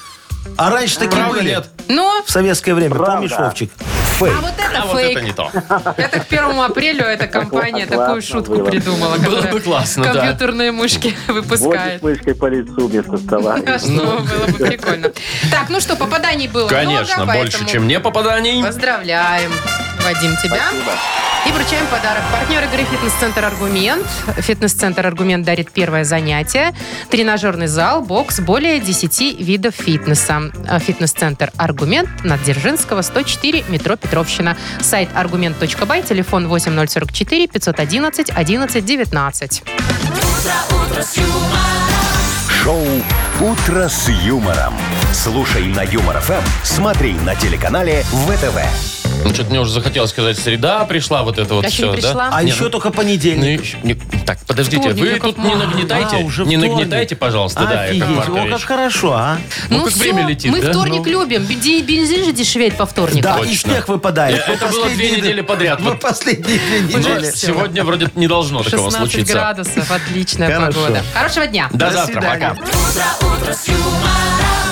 S4: А раньше такие
S2: Правда
S4: были.
S2: нет.
S3: Но...
S4: В советское время,
S9: Правда.
S4: помнишь, Вовчик?
S3: Ну, А вот это
S2: А вот
S3: фейк.
S2: это не то.
S3: Это к первому апрелю эта компания
S9: Классно
S3: такую шутку
S9: было.
S3: придумала.
S2: Было
S3: которая
S2: бы классно, да.
S3: Компьютерные мышки
S9: Водит
S3: выпускает.
S9: мышкой по лицу вместо стола.
S3: А Что
S2: Ну.
S3: было бы прикольно. Так, ну что, попаданий было
S2: Конечно,
S3: много,
S2: больше,
S3: поэтому
S2: чем не попаданий.
S3: Поздравляем, Вадим, тебя. И вручаем подарок. Партнер игры «Фитнес-центр Аргумент». «Фитнес-центр Аргумент» дарит первое занятие. Тренажерный зал, бокс, более 10 видов фитнеса. А «Фитнес-центр Аргумент» на Дзержинского, 104, метро Петровщина. Сайт аргумент.бай, телефон 8044 511 1119.
S1: Шоу «Утро с юмором». Слушай на Юмор ФМ, смотри на телеканале ВТВ.
S2: Ну, что-то мне уже захотелось сказать, среда пришла, вот это вот
S3: Еще не
S2: все, да?
S3: пришла?
S4: А
S2: Не,
S4: еще
S2: ну-
S4: только
S2: Ну,
S4: понедельник.
S2: еще- не- Так, подождите,
S3: Вторник,
S2: вы
S3: Яков
S2: тут не
S3: Маркович.
S2: нагнетайте.
S4: А, уже
S2: Не
S4: вторник.
S2: нагнетайте, пожалуйста, да,
S4: Офигеть,
S2: Яков
S4: о, как
S2: Маркович.
S4: хорошо, а.
S2: Ну, как
S3: всё,
S2: время летит,
S3: мы
S2: да?
S3: вторник
S2: Ну.
S3: любим. Бензи- Бензин же дешевеет по вторникам.
S4: Да,
S2: Точно.
S4: и снег выпадает.
S2: Э, это
S4: По
S2: было
S4: последние
S2: две
S4: дни-
S2: недели подряд.
S4: По
S2: Вот.
S4: последние две
S2: Но
S4: недели.
S2: Ну, Сегодня вроде не должно такого
S3: 16
S2: случиться.
S3: градусов, отличная
S4: Хорошо.
S3: погода. Хорошего дня.
S2: До
S4: До
S2: завтра,
S4: свидания.
S2: пока.
S10: утро, утро с юмором.